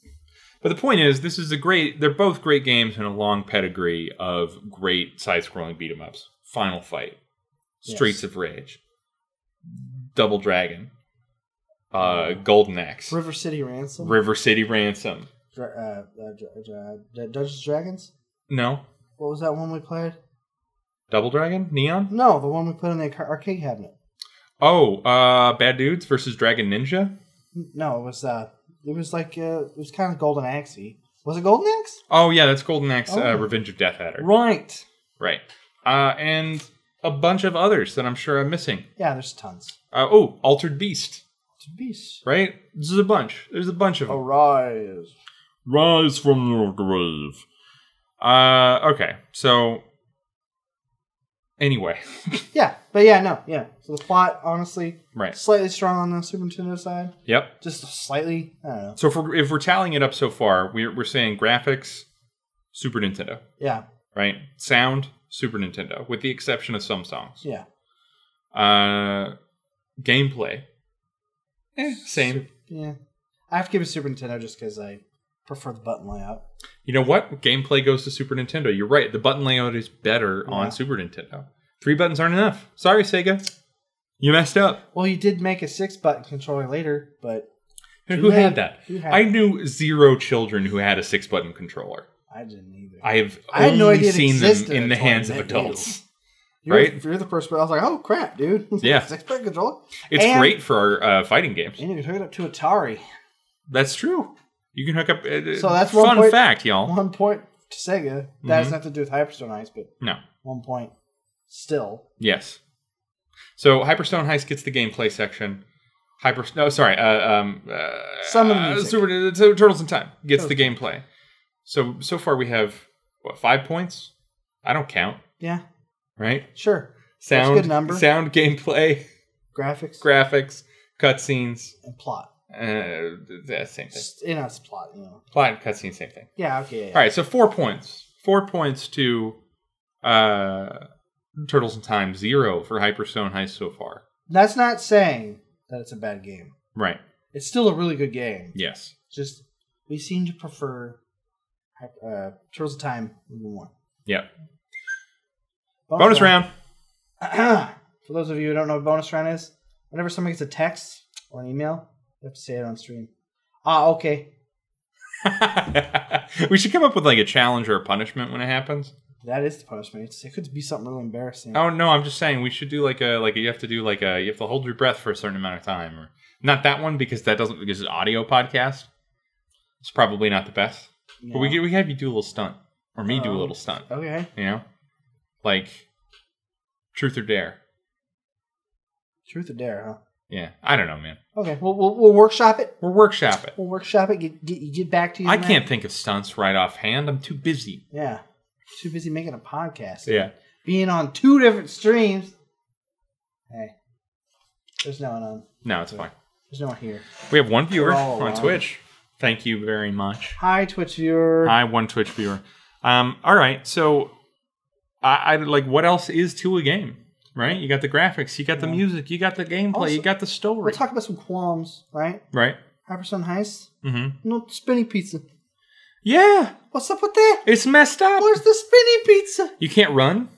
S1: But the point is, this is a great. They're both great games and a long pedigree of great side-scrolling beat 'em ups. Final Fight, Streets of Rage, Double Dragon, uh, Golden Axe,
S2: River City Ransom.
S1: River City Ransom.
S2: Dra- uh, uh, dra- dra- dra- Dungeons and Dragons.
S1: No,
S2: What was that one we played?
S1: Double Dragon, Neon.
S2: No, the one we put in the car- arcade cabinet.
S1: Oh, uh, Bad Dudes versus Dragon Ninja.
S2: N- No, it was uh, it was like uh, it was kind of Golden Axe. Was it Golden Axe?
S1: Oh yeah, that's Golden Axe, uh,
S2: Oh.
S1: Revenge of Death Adder.
S2: Right.
S1: Right. Uh, and a bunch of others that I'm sure I'm missing.
S2: Yeah, there's tons.
S1: Uh, oh, Altered Beast,
S2: To beast.
S1: right? This is a bunch. There's a bunch of them.
S2: Arise.
S1: Rise from your grave. Uh, okay. So, anyway, *laughs*
S2: Yeah, but yeah, no, yeah. So the plot, honestly,
S1: right.
S2: slightly strong on the Super Nintendo side.
S1: Yep.
S2: Just slightly. I don't know.
S1: So if we're, if we're tallying it up so far, we're we're saying graphics, Super Nintendo,
S2: Yeah,
S1: right? Sound, Super Nintendo, with the exception of some songs.
S2: yeah.
S1: Uh, gameplay, eh, same.
S2: Sup- yeah. I have to give it Super Nintendo just because I prefer the button layout.
S1: You know what? Gameplay goes to Super Nintendo. You're right. The button layout is better
S2: Yeah.
S1: on Super Nintendo. Three buttons aren't enough. Sorry, Sega. You messed up.
S2: Well, you did make a six button controller later, but Too
S1: who had
S2: bad.
S1: that?
S2: Who had
S1: I
S2: that?
S1: knew zero children who had a six button controller.
S2: I didn't either.
S1: I have
S2: I had
S1: only
S2: no idea it
S1: seen them
S2: existed
S1: in the
S2: until I
S1: hands of
S2: met *laughs*
S1: adults.
S2: you're,
S1: right?
S2: You're the first, but I was like, oh crap, dude.
S1: Yeah.
S2: *laughs* six button controller.
S1: It's
S2: And-
S1: great for uh, fighting games.
S2: And you can hook it up to Atari.
S1: That's true. You can hook up. Uh,
S2: So that's one
S1: fun
S2: point-
S1: fact, y'all.
S2: One point to Sega. That has nothing to do with Hyperstone Ice, but
S1: Mm-hmm. No.
S2: one point still.
S1: Yes. So Hyperstone Heist gets the gameplay section. Hyper no, sorry. Uh, um, uh,
S2: Some of the music.
S1: Super uh, so Turtles in Time gets the gameplay. So so far we have what five points? I don't count,
S2: Yeah,
S1: right?
S2: sure.
S1: Sound,
S2: good number.
S1: sound, gameplay,
S2: Graphics
S1: graphics, cutscenes.
S2: and plot.
S1: Uh, yeah, same thing.
S2: It's, you know, it's plot. You know.
S1: Plot, and cutscene, same thing.
S2: Yeah. Okay. Yeah.
S1: All right, so four points. Four points to uh, Turtles in Time. Zero for Hyperstone Heist so far.
S2: That's not saying that it's a bad game.
S1: Right.
S2: It's still a really good game.
S1: Yes.
S2: It's just we seem to prefer uh, Turtles of Time a little more.
S1: Yep. Bonus round.
S2: *clears throat* For those of you who don't know what bonus round is, whenever someone gets a text or an email, you have to say it on stream. Ah, okay.
S1: *laughs* we should come up with like a challenge or a punishment when it happens.
S2: That is the punishment. It's, it could be something really embarrassing.
S1: Oh no, I'm just saying we should do like a like you have to do like a you have to hold your breath for a certain amount of time or not that one because that doesn't because it's audio podcast. It's probably not the best. But we
S2: Yeah.
S1: could- we have you do a little stunt or me do a
S2: Oh.
S1: little stunt.
S2: Okay.
S1: You know, like truth or dare.
S2: Truth or dare, huh?
S1: Yeah, I don't know, man.
S2: Okay. We'll, we'll, we'll workshop it.
S1: We're workshop it.
S2: We'll workshop it. Get get, get back to you.
S1: I
S2: on that.
S1: can't think of stunts right offhand. I'm too busy.
S2: Yeah. Too busy making a podcast.
S1: Yeah.
S2: Being on two different streams. Hey. There's no one on.
S1: No, it's fine.
S2: There's no one here.
S1: We have one viewer
S2: We're all
S1: on
S2: alone.
S1: Twitch. Thank you very much.
S2: Hi, Twitch viewer.
S1: I one Twitch viewer. Um, all right, so I, I like what else is to a game, right? You got the graphics, you got the music, you got the gameplay, you
S2: Also-
S1: got the story,
S2: We'll talk about some qualms, right?
S1: right?
S2: Hyperstone Heist.
S1: Mm-hmm.
S2: No spinny pizza.
S1: Yeah,
S2: What's up with that?
S1: it's messed up.
S2: Where's the spinny pizza?
S1: You can't run.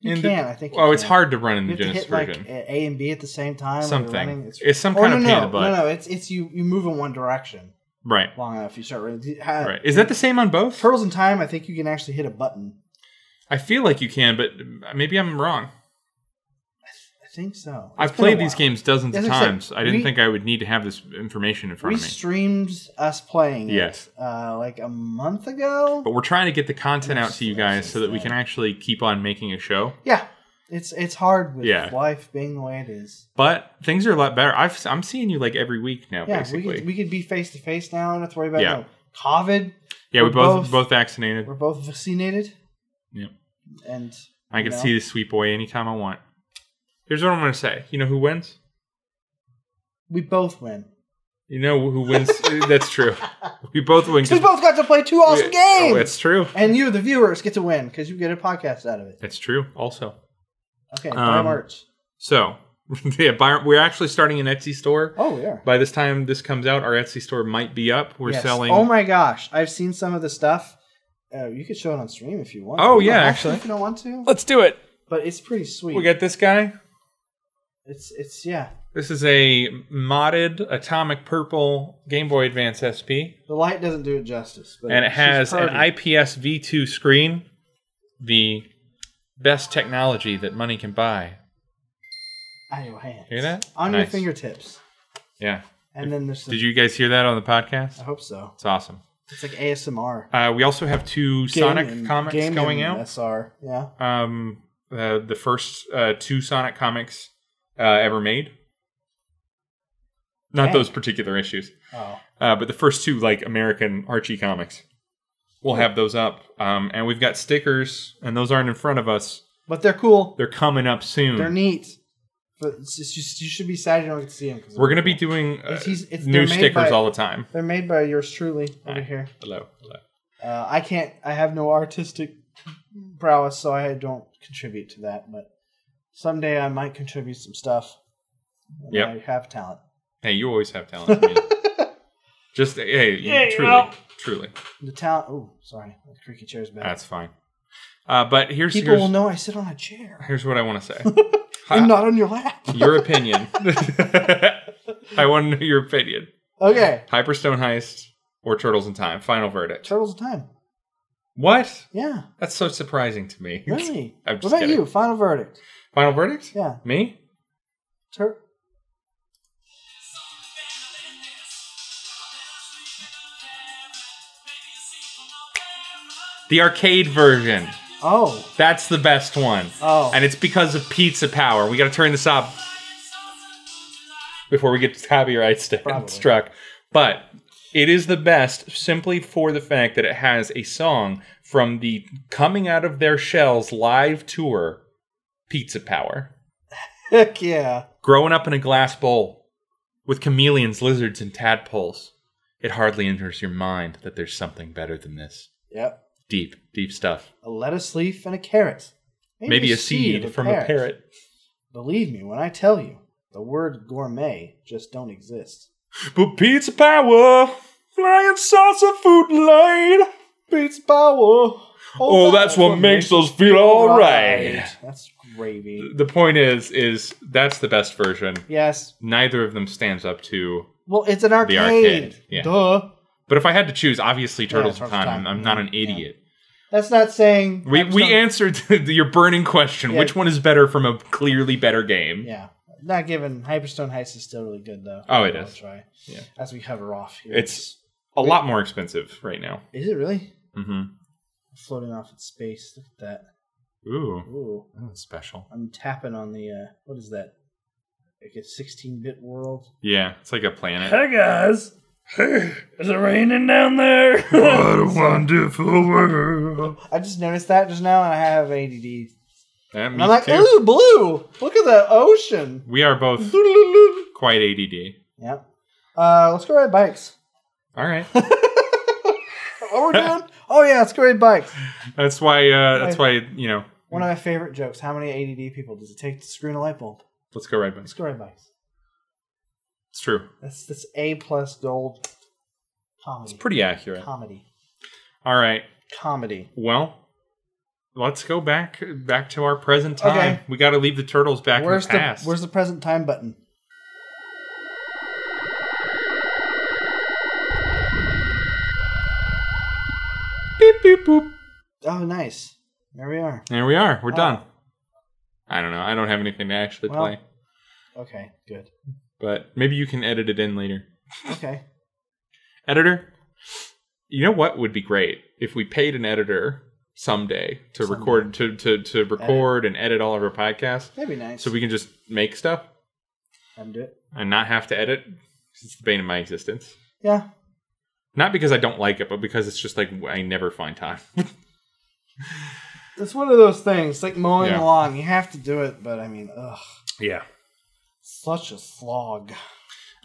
S2: You
S1: In the-
S2: can, I think. you
S1: Oh, it's
S2: can.
S1: hard to run in
S2: You
S1: the
S2: have to
S1: Genesis
S2: hit like
S1: version.
S2: A A and B at the same time. when you're
S1: Something.
S2: running.
S1: It's some
S2: Oh,
S1: kind
S2: no,
S1: of
S2: no,
S1: pain in the butt.
S2: No, no, it's it's you you move in one direction
S1: right,
S2: long enough. You start really.
S1: right. Is that the same on both?
S2: Turtles in Time? I think you can actually hit a button.
S1: I feel like you can, but maybe I'm wrong.
S2: I think so. It's
S1: I've
S2: been a
S1: played these
S2: while.
S1: games dozens
S2: As
S1: of
S2: I said,
S1: times. I didn't
S2: we-
S1: think I would need to have this information in front
S2: We
S1: of me.
S2: streamed us playing. it,
S1: Yes.
S2: uh, like a month ago.
S1: but we're trying to get the content out to you guys so that we can actually keep on making a show.
S2: yeah, it's it's hard with
S1: Yeah.
S2: life being the way it is.
S1: But things are a lot better. I've, I'm seeing you like every week now,
S2: Yeah,
S1: basically.
S2: we could we could be face to face now. Don't have to worry about
S1: Yeah.
S2: no COVID.
S1: yeah, we're
S2: we're
S1: both both,
S2: both-
S1: vaccinated.
S2: We're both vaccinated.
S1: Yep.
S2: And
S1: I can
S2: you know,
S1: see the sweet boy anytime I want. Here's what I'm going to say. You know who wins?
S2: we both win.
S1: You know who
S2: *laughs*
S1: wins? that's true. We both win.
S2: 'Cause We
S1: 'cause
S2: both got to play two awesome
S1: we- oh,
S2: games.
S1: that's true.
S2: and you, the viewers, get to win because you get a podcast out of it.
S1: That's true. Also,
S2: Okay, by
S1: Um,
S2: March.
S1: so *laughs* yeah, buy, we're actually starting an Etsy store.
S2: Oh, yeah.
S1: By this time this comes out, our Etsy store might be up. We're
S2: Yes.
S1: selling.
S2: Oh my gosh, I've seen some of the stuff. Uh, you could show it on stream if you want.
S1: Oh, yeah, actually.
S2: if you don't want to.
S1: Let's do it.
S2: but it's pretty sweet.
S1: We got this guy.
S2: it's it's yeah.
S1: This is a modded Atomic Purple Game Boy Advance SP,
S2: The light doesn't do it justice, but
S1: and it
S2: it's
S1: has an
S2: perfect.
S1: IPS V2 screen, the best technology that money can buy.
S2: on your hands.
S1: Hear that?
S2: On your
S1: Nice.
S2: fingertips.
S1: Yeah.
S2: And then there's some,
S1: Did you guys hear that on the
S2: I
S1: podcast?
S2: hope so.
S1: It's awesome.
S2: It's like ASMR.
S1: Uh, we also have two Sonic
S2: Game and-
S1: comics
S2: game
S1: going out.
S2: and SR. Yeah.
S1: um, uh, the first uh, two Sonic comics uh, ever made. Not
S2: Dang.
S1: those particular issues,
S2: Oh.
S1: uh, but the first two like American Archie comics. We'll have those up, um, and we've got stickers, and those aren't in front of us.
S2: But they're cool.
S1: They're coming up soon.
S2: They're neat. But it's just, you, you should be sad you don't get to see them. Cause
S1: We're gonna be doing uh,
S2: It's- he's- it's- they're
S1: new
S2: made
S1: stickers
S2: by-
S1: all the time.
S2: They're made by yours truly over
S1: Aye.
S2: here.
S1: Hello, hello.
S2: Uh, I can't. I have no artistic prowess, so I don't contribute to that. But someday I might contribute some stuff. when
S1: Yep.
S2: I have talent.
S1: Hey, you always have talent. I mean.
S2: *laughs*
S1: Just hey, truly, truly,
S2: The talent. Oh, sorry, the creaky chair's back.
S1: that's fine. Uh, but here's
S2: People
S1: here's,
S2: will know I sit on a chair
S1: here's what I want to say.
S2: and not on
S1: *laughs*
S2: your lap.
S1: Your
S2: *laughs*
S1: opinion. I want to know your opinion.
S2: Okay,
S1: Hyperstone Heist or Turtles in Time? Final verdict.
S2: Turtles in Time.
S1: What?
S2: Yeah,
S1: That's so surprising to me. *laughs*
S2: really.
S1: I'm
S2: what
S1: just
S2: about
S1: kidding.
S2: you? Final verdict.
S1: Final verdict?
S2: Yeah,
S1: Me?
S2: Tur-
S1: The arcade version.
S2: Oh,
S1: That's the best one.
S2: Oh.
S1: And it's because of pizza power. We got to turn this up before we get copyright st-
S2: Probably.
S1: struck. But it is the best simply for the fact that it has a song from the Coming Out of Their Shells live tour, Pizza Power.
S2: heck yeah!
S1: Growing up in a glass bowl with chameleons, lizards, and tadpoles, it hardly enters your mind that there's something better than this.
S2: Yep.
S1: Deep, deep stuff.
S2: A lettuce leaf and a carrot.
S1: Maybe, a seed,
S2: of
S1: from a parrot.
S2: Believe me when I tell you, the word gourmet just don't exist.
S1: But pizza power, flying salsa food light.
S2: Beats power.
S1: Oh, that's what makes us feel alright.
S2: That's gravy.
S1: The point is, is that's the best version.
S2: Yes.
S1: Neither of them stands up to.
S2: Well, it's an arcade.
S1: arcade, yeah.
S2: Duh.
S1: But if I had to choose, obviously Turtles of
S2: Turtles in
S1: Time. Mm-hmm. I'm,
S2: Time.
S1: I'm not an
S2: Yeah.
S1: idiot.
S2: That's not saying
S1: We we
S2: Hyperstone-
S1: answered *laughs* the, your burning question.
S2: Yeah.
S1: Which one is better from a clearly better game?
S2: Yeah. Not given Hyperstone Heist is still really good though.
S1: Oh, it
S2: I'll
S1: is.
S2: Try.
S1: Yeah.
S2: As we hover off here.
S1: It's a lot more expensive right now.
S2: Is it really?
S1: Mm-hmm.
S2: Floating off in space. Look at that.
S1: Ooh,
S2: Ooh.
S1: that's special.
S2: I'm tapping on the uh what is that? Like a 16-bit world.
S1: Yeah, it's like a planet.
S7: Hey guys, is it raining down there? *laughs*
S6: What a wonderful world.
S2: I just noticed that just now, and I have ADD.
S1: Yeah,
S2: And
S1: me
S2: I'm like,
S1: too.
S2: ooh, blue! Look at the
S1: *laughs*
S2: ocean.
S1: We are
S2: *laughs*
S1: both quite ADD.
S2: Yep. Uh, let's go ride bikes. *laughs*
S1: All right. *laughs*
S2: What we're doing? oh yeah, let's go ride bikes.
S1: That's why. Uh, that's why you know.
S2: One of my favorite jokes. How many ADD people does it take to screw in a light bulb?
S1: Let's go ride bikes.
S2: Let's go ride bikes.
S1: It's true.
S2: That's that's A plus gold. Comedy.
S1: It's pretty accurate.
S2: comedy.
S1: All right.
S2: Comedy.
S1: Well, let's go back back to our present time.
S2: Okay.
S1: We got to leave the turtles back
S2: where's
S1: in the past.
S2: where's the present time button?
S1: beep beep boop?
S2: Oh, nice. There we are.
S1: There we are. We're
S2: Oh.
S1: done. I don't know. I don't have anything to actually
S2: Well.
S1: play,
S2: Okay, good.
S1: but maybe you can edit it in later.
S2: Okay.
S1: Editor, you know what would be great if we paid an editor someday to
S2: Someday.
S1: record to to to record and edit all of our podcasts,
S2: That'd be nice.
S1: so we can just make stuff.
S2: Time to do it.
S1: and not have to edit. It's the bane of my existence.
S2: Yeah.
S1: Not because I don't like it, but because it's just like I never find time. *laughs*
S2: It's one of those things, like mowing
S1: Yeah.
S2: the lawn. You have to do it, but I mean, ugh.
S1: yeah.
S2: Such a slog.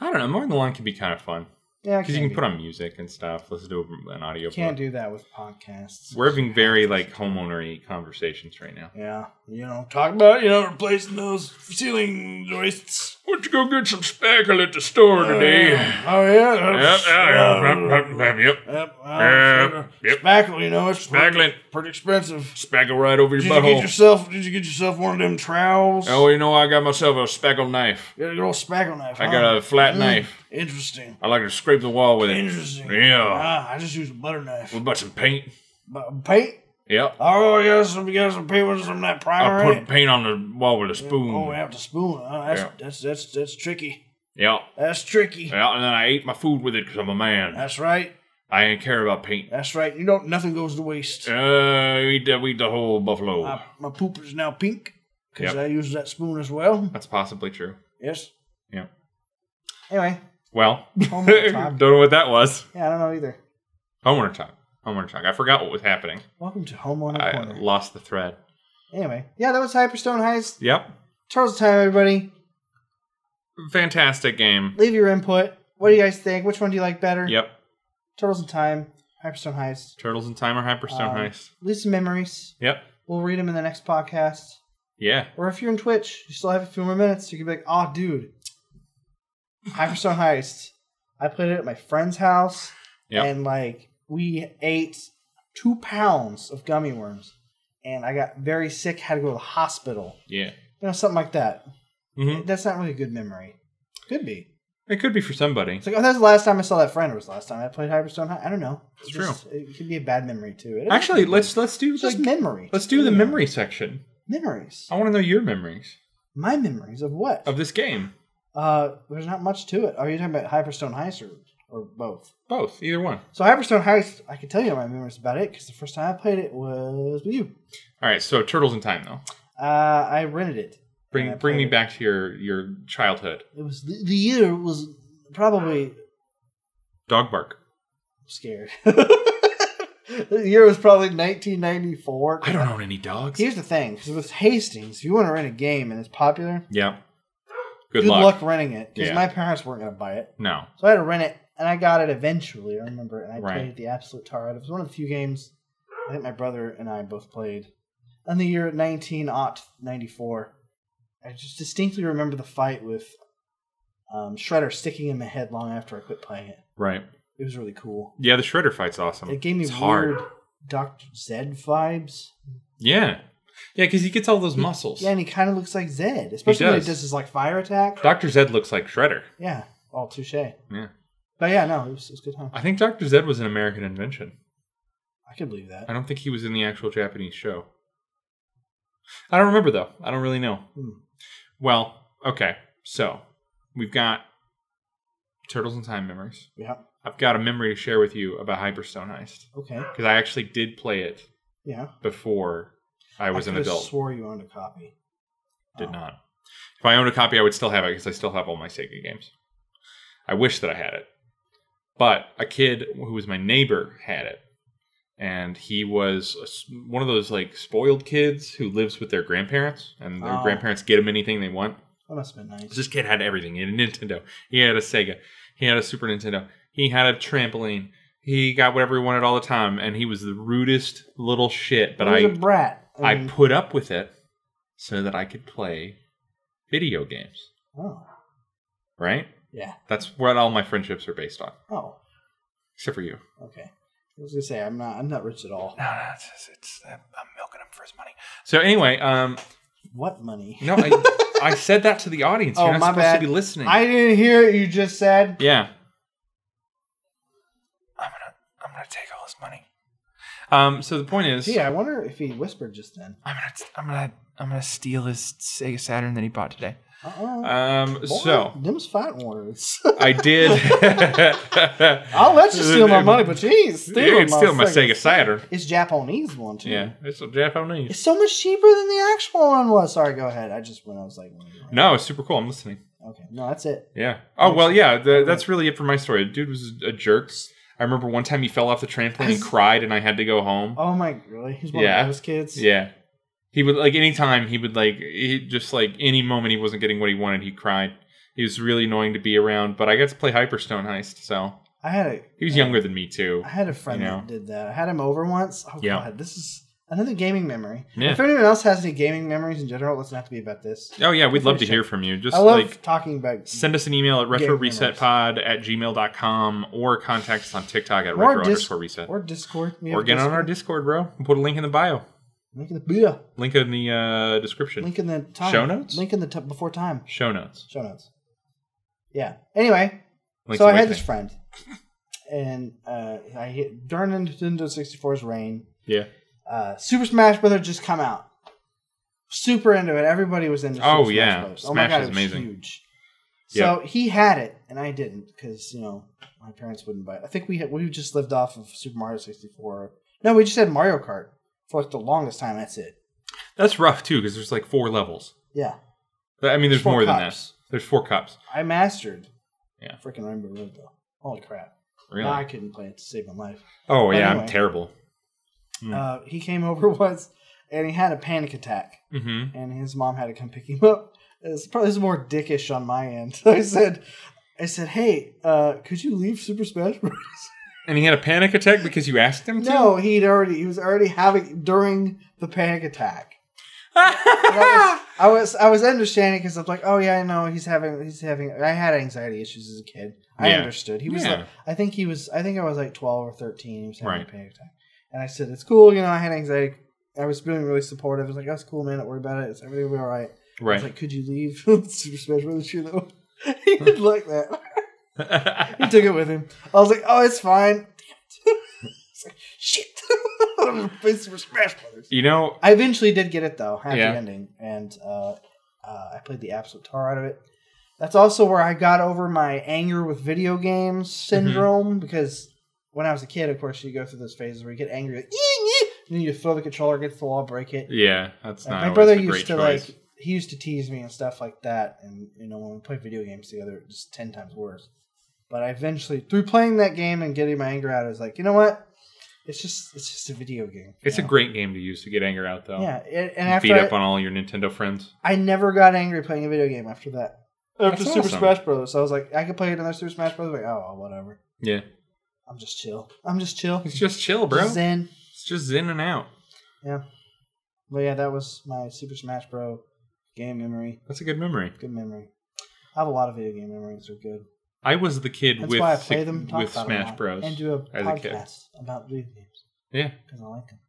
S1: I don't know. Mowing the lawn can be kind of fun
S2: Yeah,
S1: because you can put on music and stuff. Listen to an audio.
S2: Can't
S1: book.
S2: do that with podcasts.
S1: We're having very like homeownery conversations right now.
S2: yeah, you know, talk about you know replacing those ceiling joists.
S1: Why don't you go get some spackle at the store
S2: *sighs*
S1: today?
S2: Oh yeah,
S1: Yep, yep, yep, yep, yep, yep.
S2: Yep, uh,
S1: Yep.
S2: spackle. You know, it's
S1: Spackling.
S2: pretty expensive.
S1: Spackle right over your
S2: Did you get
S1: butthole.
S2: yourself? Did you get yourself one of them trowels?
S1: Oh, you know, I got myself a spackle knife.
S2: you got a good old spackle knife.
S1: I
S2: huh?
S1: got a flat
S2: Mm,
S1: knife.
S2: Interesting.
S1: I like to scrape the wall with it.
S2: Interesting.
S1: Yeah.
S2: Ah, I just use a butter knife.
S1: What about some paint?
S2: But paint?
S1: Yep.
S2: Oh, I got some, got some paint with some of that primer.
S1: I
S2: in
S1: put
S2: it.
S1: paint on the wall with a
S2: Oh, we
S1: spoon.
S2: have to spoon. Huh? That's,
S1: Yeah.
S2: that's that's that's tricky.
S1: Yep.
S2: That's tricky.
S1: Yeah, and then I ate my food with it because I'm a man.
S2: That's right.
S1: I ain't care about paint.
S2: That's right. You don't. Nothing goes to waste.
S1: Uh, we eat the, we eat the whole buffalo.
S2: My, my poop is now pink because
S1: Yep.
S2: I use that spoon as well.
S1: That's possibly true.
S2: Yes.
S1: Yep.
S2: Anyway,
S1: Well, *laughs*
S2: Homework time.
S1: don't know what that was.
S2: yeah, I don't know either.
S1: Homework time. Homework time. I forgot what was happening.
S2: Welcome to Home on
S1: I
S2: a Corner.
S1: lost the thread.
S2: anyway, yeah, that was Hyperstone Heist.
S1: Yep.
S2: Turtles time, everybody.
S1: Fantastic game.
S2: Leave your input. What do you guys think? Which one do you like better?
S1: Yep.
S2: Turtles in Time, Hyperstone Heist.
S1: Turtles in Time or Hyperstone
S2: Um,
S1: Heist.
S2: Leave some memories.
S1: Yep.
S2: We'll read them in the next podcast.
S1: Yeah.
S2: Or if you're in Twitch, you still have a few more minutes. You can be like, "Oh, dude, Hyperstone Heist. I played it at my friend's house,
S1: Yep.
S2: and like we ate two pounds of gummy worms, and I got very sick. Had to go to the hospital.
S1: yeah.
S2: You know, something like that.
S1: hmm
S2: That's not really a good memory. Could be.
S1: It could be for somebody.
S2: It's like, oh, that's the last time I saw that friend. It was the last time I played Hyperstone High. I don't know. It's
S1: It's
S2: just- It could be a bad memory too. It is-
S1: Actually, let's let's do
S2: it's just
S1: like
S2: memory.
S1: let's do the memory section.
S2: memories.
S1: I want to know your memories
S2: My memories of what?
S1: of this game.
S2: Uh, there's not much to it. Are you talking about Hyperstone Heist or, or both?
S1: Both, either one.
S2: So Hyperstone Heist, I can tell you my memories about it because the first time I played it was with you.
S1: All right. So Turtles in Time though.
S2: Uh, I rented it. and I
S1: Bring bring me
S2: played it.
S1: back to your your childhood.
S2: It was the, the year was
S1: *laughs*
S2: probably I'm
S1: Dog bark.
S2: scared. *laughs* the year was probably 1994.
S1: I don't own any dogs.
S2: Here's the thing, because with Hastings, if you want to rent a game and it's popular,
S1: Yeah.
S2: good,
S1: Good, luck.
S2: luck. renting it. Because
S1: Yeah.
S2: my parents weren't going to buy it,
S1: No.
S2: so I had to rent it, and I got it eventually. I remember, and I
S1: Right.
S2: played it the absolute tar out. of it. It was one of the few games I think my brother and I both played. In the year 19 ninety four, I just distinctly remember the fight with um, Shredder sticking in my head long after I quit playing it.
S1: Right.
S2: It was really cool.
S1: Yeah, the Shredder fight's awesome.
S2: It gave me
S1: Um, it's
S2: weird
S1: hard.
S2: Doctor Zed vibes.
S1: Yeah. Yeah, because he gets all those muscles.
S2: Yeah, and he kind of looks like Zed, especially when he
S1: does.
S2: does his like fire attack.
S1: Dr. Zed looks like Shredder.
S2: yeah, all touche.
S1: Yeah.
S2: But yeah, no, it was, it was good, huh?
S1: I think Dr. Zed was an American invention.
S2: I can believe that.
S1: I don't think he was in the actual Japanese show. I don't remember though. I don't really know.
S2: Hmm.
S1: Well, okay. So we've got Turtles in Time memories.
S2: Yeah.
S1: I've got a memory to share with you about Hyperstone Heist
S2: Okay.
S1: because I actually did play it
S2: Yeah.
S1: before I was an
S2: could've
S1: adult.
S2: Swore you owned a copy. Oh,
S1: Did not. If I owned a copy, I would still have it because I still have all my Sega games. I wish that I had it. But a kid who was my neighbor had it. And he was a s- one of those like spoiled kids who lives with their grandparents, and their
S2: Oh.
S1: grandparents get him anything they want.
S2: That must have been nice.
S1: This kid had everything. He had a Nintendo. He had a Sega. He had a Super Nintendo. He had a trampoline. He got whatever he wanted all the time, and he was the rudest little shit. But
S2: he was
S1: I
S2: a brat.
S1: I
S7: Mm.
S2: mean,
S1: put up with it so that I could play video games,
S2: oh,
S1: right?
S2: yeah.
S1: That's what all my friendships are based on,
S2: Oh,
S1: except for you.
S2: okay. I was gonna say I'm not. I'm not rich at all.
S1: No, it's, it's, I'm milking him for his money. So anyway, um,
S2: What money?
S1: no, I,
S7: *laughs*
S1: I said that to the audience.
S2: Oh,
S1: You're not
S2: my
S1: supposed
S2: bad.
S1: to be listening.
S2: I didn't hear it. You just said.
S1: yeah.
S7: I'm gonna take all his money.
S1: Um, so the point is,
S2: Gee, I wonder if he whispered just then.
S7: I'm gonna, I'm gonna, I'm gonna steal his Sega Saturn that he bought today.
S2: Uh-uh.
S1: um, so
S2: them's fight words.
S7: *laughs*
S1: I did. *laughs*
S2: *laughs* I'll
S7: Oh,
S1: I'll
S2: let you steal
S1: *laughs*
S2: my money, but jeez, steal
S1: you can steal my Sega Saturn.
S2: It's Japanese one too.
S1: Yeah, it's a Japanese.
S2: It's so much cheaper than the actual one was. Sorry, go ahead. I just when I was like,
S1: No, it's super cool. I'm listening.
S2: Okay, no, that's it.
S1: Yeah. Oh well, yeah. The, that's really it for my story. The dude was a jerk. I remember one time he fell off the trampoline
S2: *laughs*
S1: and cried, and I had to go home.
S2: Oh my, really? He's one
S1: Yeah.
S2: of those kids.
S1: Yeah. He would like anytime he would like he just like any moment he wasn't getting what he wanted, he cried. He was really annoying to be around, but I got to play Hyperstone Heist, so
S2: I had a
S1: he was younger than me too.
S2: I had a friend
S1: You know.
S2: that did that. I had him over once. Oh
S1: Yeah.
S2: god, this is Another gaming memory.
S1: Yeah.
S2: If anyone else has any gaming memories in general, it doesn't have to be about this.
S1: Oh yeah, we'd love to hear from you. Just
S2: I love
S1: like
S2: talking about
S1: send us an email at retro
S2: Game
S1: reset pod at gmail.com or contact us on TikTok at
S2: Or
S1: retro
S2: dis-
S1: underscore reset. Or,
S2: or Discord. We have
S1: get on our Discord, bro. We'll put a link in the bio.
S2: Link in the bio.
S1: Link in the uh, description.
S2: Link in the time.
S1: Show notes?
S2: Link in the t- before time.
S1: Show notes.
S2: Show notes. Yeah. Anyway,
S1: Link's
S2: so I had
S1: awakening.
S2: this friend, and uh, I hit, during Nintendo 64's reign,
S1: Yeah.
S2: uh, Super Smash Brothers just come out. Super into it. Everybody was into.
S1: Oh,
S2: Super
S1: yeah.
S2: Smash, Brothers. oh my
S1: Smash
S2: god,
S1: is
S2: it was
S1: amazing.
S2: huge. So he had it, and I didn't because you know my parents wouldn't buy it. I think we had, we just lived off of Super Mario sixty four. No, we just had Mario Kart for like the longest time. That's it.
S1: That's rough too because there's like four levels.
S2: Yeah,
S1: I mean, there's
S2: Four
S1: more than that.
S2: cups.
S1: There's four cups.
S2: I mastered.
S1: Yeah.
S2: freaking Rainbow Road though. Holy crap!
S1: Really?
S2: Now I couldn't play it to save my life.
S1: oh
S2: but
S1: yeah, I'm
S2: anyway.
S1: terrible. Hmm.
S2: Uh, he came over *laughs* once, and he had a panic attack.
S1: hmm
S2: and his mom had to come pick him up. It's probably it's more dickish on my end. *laughs* I said, I said, hey, uh, could you leave Super Smash Bros? *laughs*
S1: And he had a panic attack because you asked him to. *laughs*
S2: no, he'd already he was already having during the
S1: *laughs*
S2: panic attack. And I, was, I was I was understanding because I'm like, oh yeah, I know he's having he's having. I had anxiety issues as a kid. I
S1: Yeah.
S2: understood. He was
S1: Yeah.
S2: like, I think he was I think I was like 12 or 13. He was having
S1: Right.
S2: a panic attack, and I said, it's cool. You know, I had anxiety. I was feeling really supportive. I was like, that's cool, man. Don't worry about it. It's everything will be all right. I
S1: Right.
S2: was like, could you leave *laughs* Super Smash Brothers shoe though? *laughs* he didn't like that. He took it with him. I was like, oh, it's fine. *laughs* Damn it. It's like, Shit. *laughs* I'm gonna play Super Smash Brothers.
S1: *laughs* you know,
S2: I eventually did get it though, happy
S1: Yeah.
S2: ending, and uh, uh, I played the absolute tar out of it. That's also where I got over my anger with video
S1: Mm-hmm.
S2: games syndrome because when I was a kid, of course, you go through those phases where you get angry, like, "Ee, ee," and then you throw the controller against the wall, break it.
S1: yeah, that's
S2: Like,
S1: not.
S2: my brother
S1: always a great
S2: used to
S1: choice.
S2: like he used to tease me and stuff like that, and you know when we played video games together, it was just ten times worse. But I eventually, through playing that game and getting my anger out, I was like, you know what? It's just it's just a video game.
S1: It's
S2: you
S1: a
S2: know?
S1: great game to use to get anger out, though.
S2: yeah. And, and after
S1: Beat up
S2: I,
S1: on all your Nintendo friends.
S2: I never got angry playing a video game after that. After
S1: That's
S2: Super
S1: awesome.
S2: Smash Brothers, so I was like, I could play another Super Smash Brothers. Like, oh, well, whatever.
S1: Yeah,
S2: I'm just chill. I'm just chill.
S1: it's just chill, bro.
S2: Zen.
S1: It's just in and out.
S2: But yeah, that was my Super Smash Bro game memory.
S1: That's a good memory.
S2: Good memory. I have a lot of video game memories. They're good.
S1: I was the kid
S2: That's
S1: with
S2: why I play
S1: Sig-
S2: them, talk
S1: with
S2: about
S1: Smash
S2: them a lot,
S1: Bros.
S2: and do a
S1: as a kid.
S2: podcast about video games
S1: Yeah,
S2: because I like them.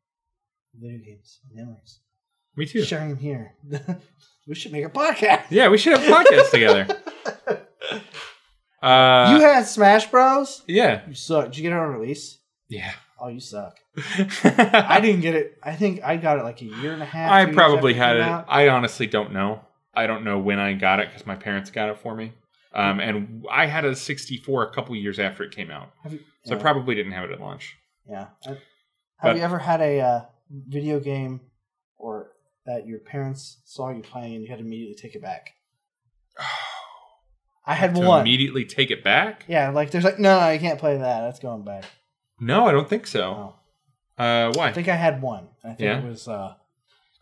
S2: Video games, memories,
S1: me too.
S2: sharing them here. *laughs* we should make a podcast.
S1: Yeah, we should have podcasts together.
S2: *laughs*
S1: Uh,
S2: you had Smash Bros.
S1: yeah,
S2: You suck. Did you get it on release?
S1: yeah.
S2: Oh, you suck.
S1: *laughs*
S2: I
S1: I,
S2: didn't get it. I think I got it like a year and a half. two years
S1: probably had
S2: after
S1: it.
S2: came out.
S1: I honestly don't know. I don't know when I got it because my parents got it for me. Um, and I had a 64 a couple years after it came out,
S2: Have you,
S1: so
S2: yeah,
S1: I probably didn't have it at launch.
S2: yeah. I- Have
S1: But-
S2: you ever had a uh, video game or that your parents saw you playing and you had to immediately take it back? I had
S1: to
S2: one.
S1: immediately take it back?
S2: Yeah, like there's like no, no, you can't play that. That's going back.
S1: No, I don't think so.
S2: Oh.
S1: Uh, why?
S2: I think I had one. I think
S1: Yeah?
S2: it was uh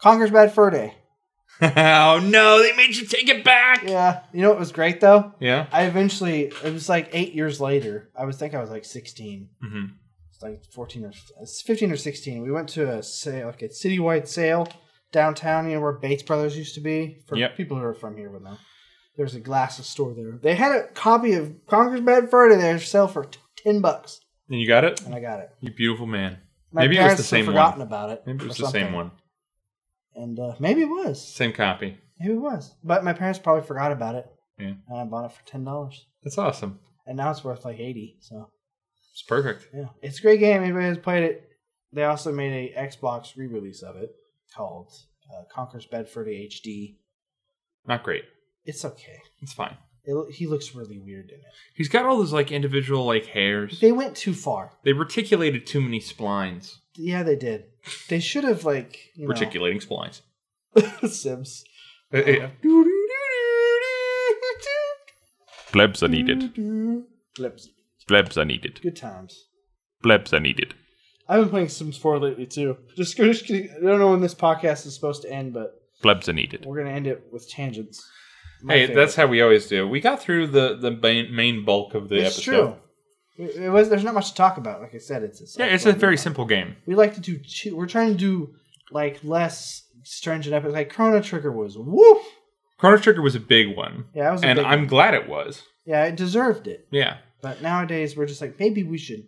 S2: Conker's Bad Fur Day.
S1: *laughs* oh no, they made you take it back. Yeah.
S2: Yeah, you know what was great though? I eventually it was like eight years later. I was think I was like sixteen,
S1: hmm
S2: it's like fourteen or it's fifteen or sixteen. We went to a sale, like a citywide sale downtown, you know where Bates Brothers used to be. For
S1: Yep.
S2: people who are from here would know. There's a glasses store there. They had a copy of Conker's Bad Fur Day there for sale for t- ten bucks,
S1: And you got it.
S2: and I got it.
S1: You beautiful man.
S2: My
S1: Maybe it was
S2: parents
S1: the same
S2: have forgotten
S1: one.
S2: about it.
S1: Maybe it
S2: or
S1: was the same
S2: something.
S1: one.
S2: and uh, maybe it was.
S1: Same copy.
S2: Maybe it was. But my parents probably forgot about it.
S1: Yeah.
S2: And I bought it for ten dollars.
S1: That's awesome.
S2: And now it's worth like eighty. So
S1: It's perfect.
S2: yeah. It's a great game. Anybody has played it. They also made a Xbox re release of it called uh, Conker's Bedford HD.
S1: Not great.
S2: It's okay.
S1: It's fine.
S2: It, lo- he looks really weird in it.
S1: He's got all those like individual like hairs.
S2: They went too far.
S1: They reticulated too many splines.
S2: Yeah, they did. They should have like you know,
S1: Reticulating splines.
S2: *laughs* Sims. Uh,
S8: Plebs are needed.
S2: Flips.
S8: Plebs are needed.
S2: Good times.
S8: Plebs are needed.
S2: I've been playing Sims 4 lately too. Just, *laughs* just kidding. I don't know when this podcast is supposed to end, but
S8: Plebs are needed.
S2: We're gonna end it with tangents. My
S1: Hey,
S2: favorite.
S1: that's how we always do. We got through the the main, main bulk of the
S2: it's
S1: episode.
S2: true. It, it was. There's not much to talk about. Like I said, it's a
S1: Yeah, it's a very simple game.
S2: We like to do. Two, we're trying to do like less stringent epic. Like Chrono Trigger was woof.
S1: Chrono Trigger was a big one,
S2: Yeah, that was. A
S1: and
S2: big
S1: I'm
S2: one.
S1: glad it was.
S2: yeah, it deserved it.
S1: Yeah,
S2: But nowadays we're just like maybe we should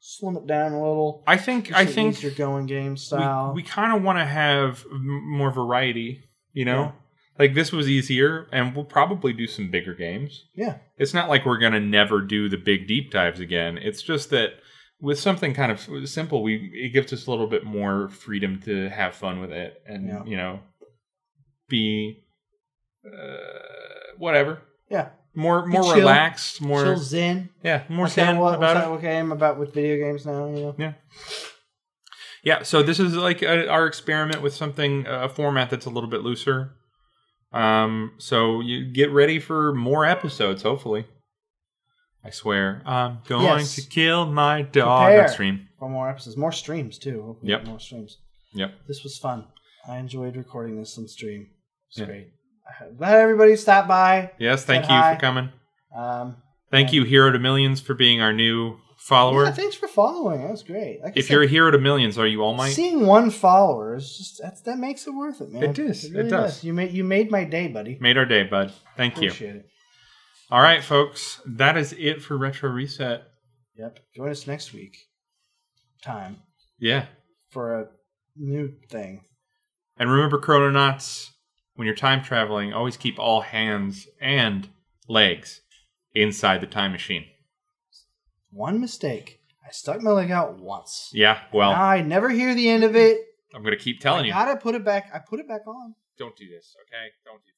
S2: slim it down a little.
S1: I think I think
S2: you're going game style.
S1: we, we kind of want to have m- more variety. You know,
S2: Yeah.
S1: like this was easier, and we'll probably do some bigger games.
S2: yeah,
S1: It's not like we're gonna never do the big deep dives again. It's just that with something kind of simple, we it gives us a little bit more freedom to have fun with it, and
S2: Yeah.
S1: you know, be uh, whatever.
S2: Yeah.
S1: more more
S2: chill.
S1: relaxed, more
S2: chill zen.
S1: yeah, more
S2: That's kinda
S1: zen
S2: what,
S1: about it.
S2: what I'm about with video games now. You know.
S1: Yeah, so this is like a, our experiment with something a format that's a little bit looser. Um, so you get ready for more episodes, hopefully. I swear, I'm going
S2: Yes.
S1: to kill my dog
S2: Prepare.
S1: on stream.
S2: For more episodes, more streams too. Hopefully
S1: Yep.
S2: more streams.
S1: Yep.
S2: This was fun. I enjoyed recording this on stream. It's
S1: Yeah.
S2: great. I'm Glad everybody stopped by.
S1: Yes, thank
S2: Said
S1: you
S2: hi.
S1: for coming.
S2: Um,
S1: Thank you, Hero to Millions, for being our new follower.
S2: yeah, thanks for following. That was great. Like I
S1: if
S2: said,
S1: you're a Hero to Millions, are you all my?
S2: seeing one follower is just that's, that makes it worth it, man.
S1: It is. It
S2: really
S1: does.
S2: You made you made my day, buddy.
S1: Made our day, bud. Thank you.
S2: Appreciate it.
S1: All right, folks, that is it for Retro Reset.
S2: Yep. Join us next week. Time
S1: Yeah,
S2: for a new thing.
S1: And remember, chrononauts, when you're time traveling, always keep all hands and legs inside the time machine.
S2: One mistake. I stuck my leg out once.
S1: Yeah, well,
S2: Now I never hear the end of it.
S1: I'm going to keep
S2: I
S1: telling you.
S2: gotta put it back. I put it back on.
S1: Don't do this, okay? Don't do this.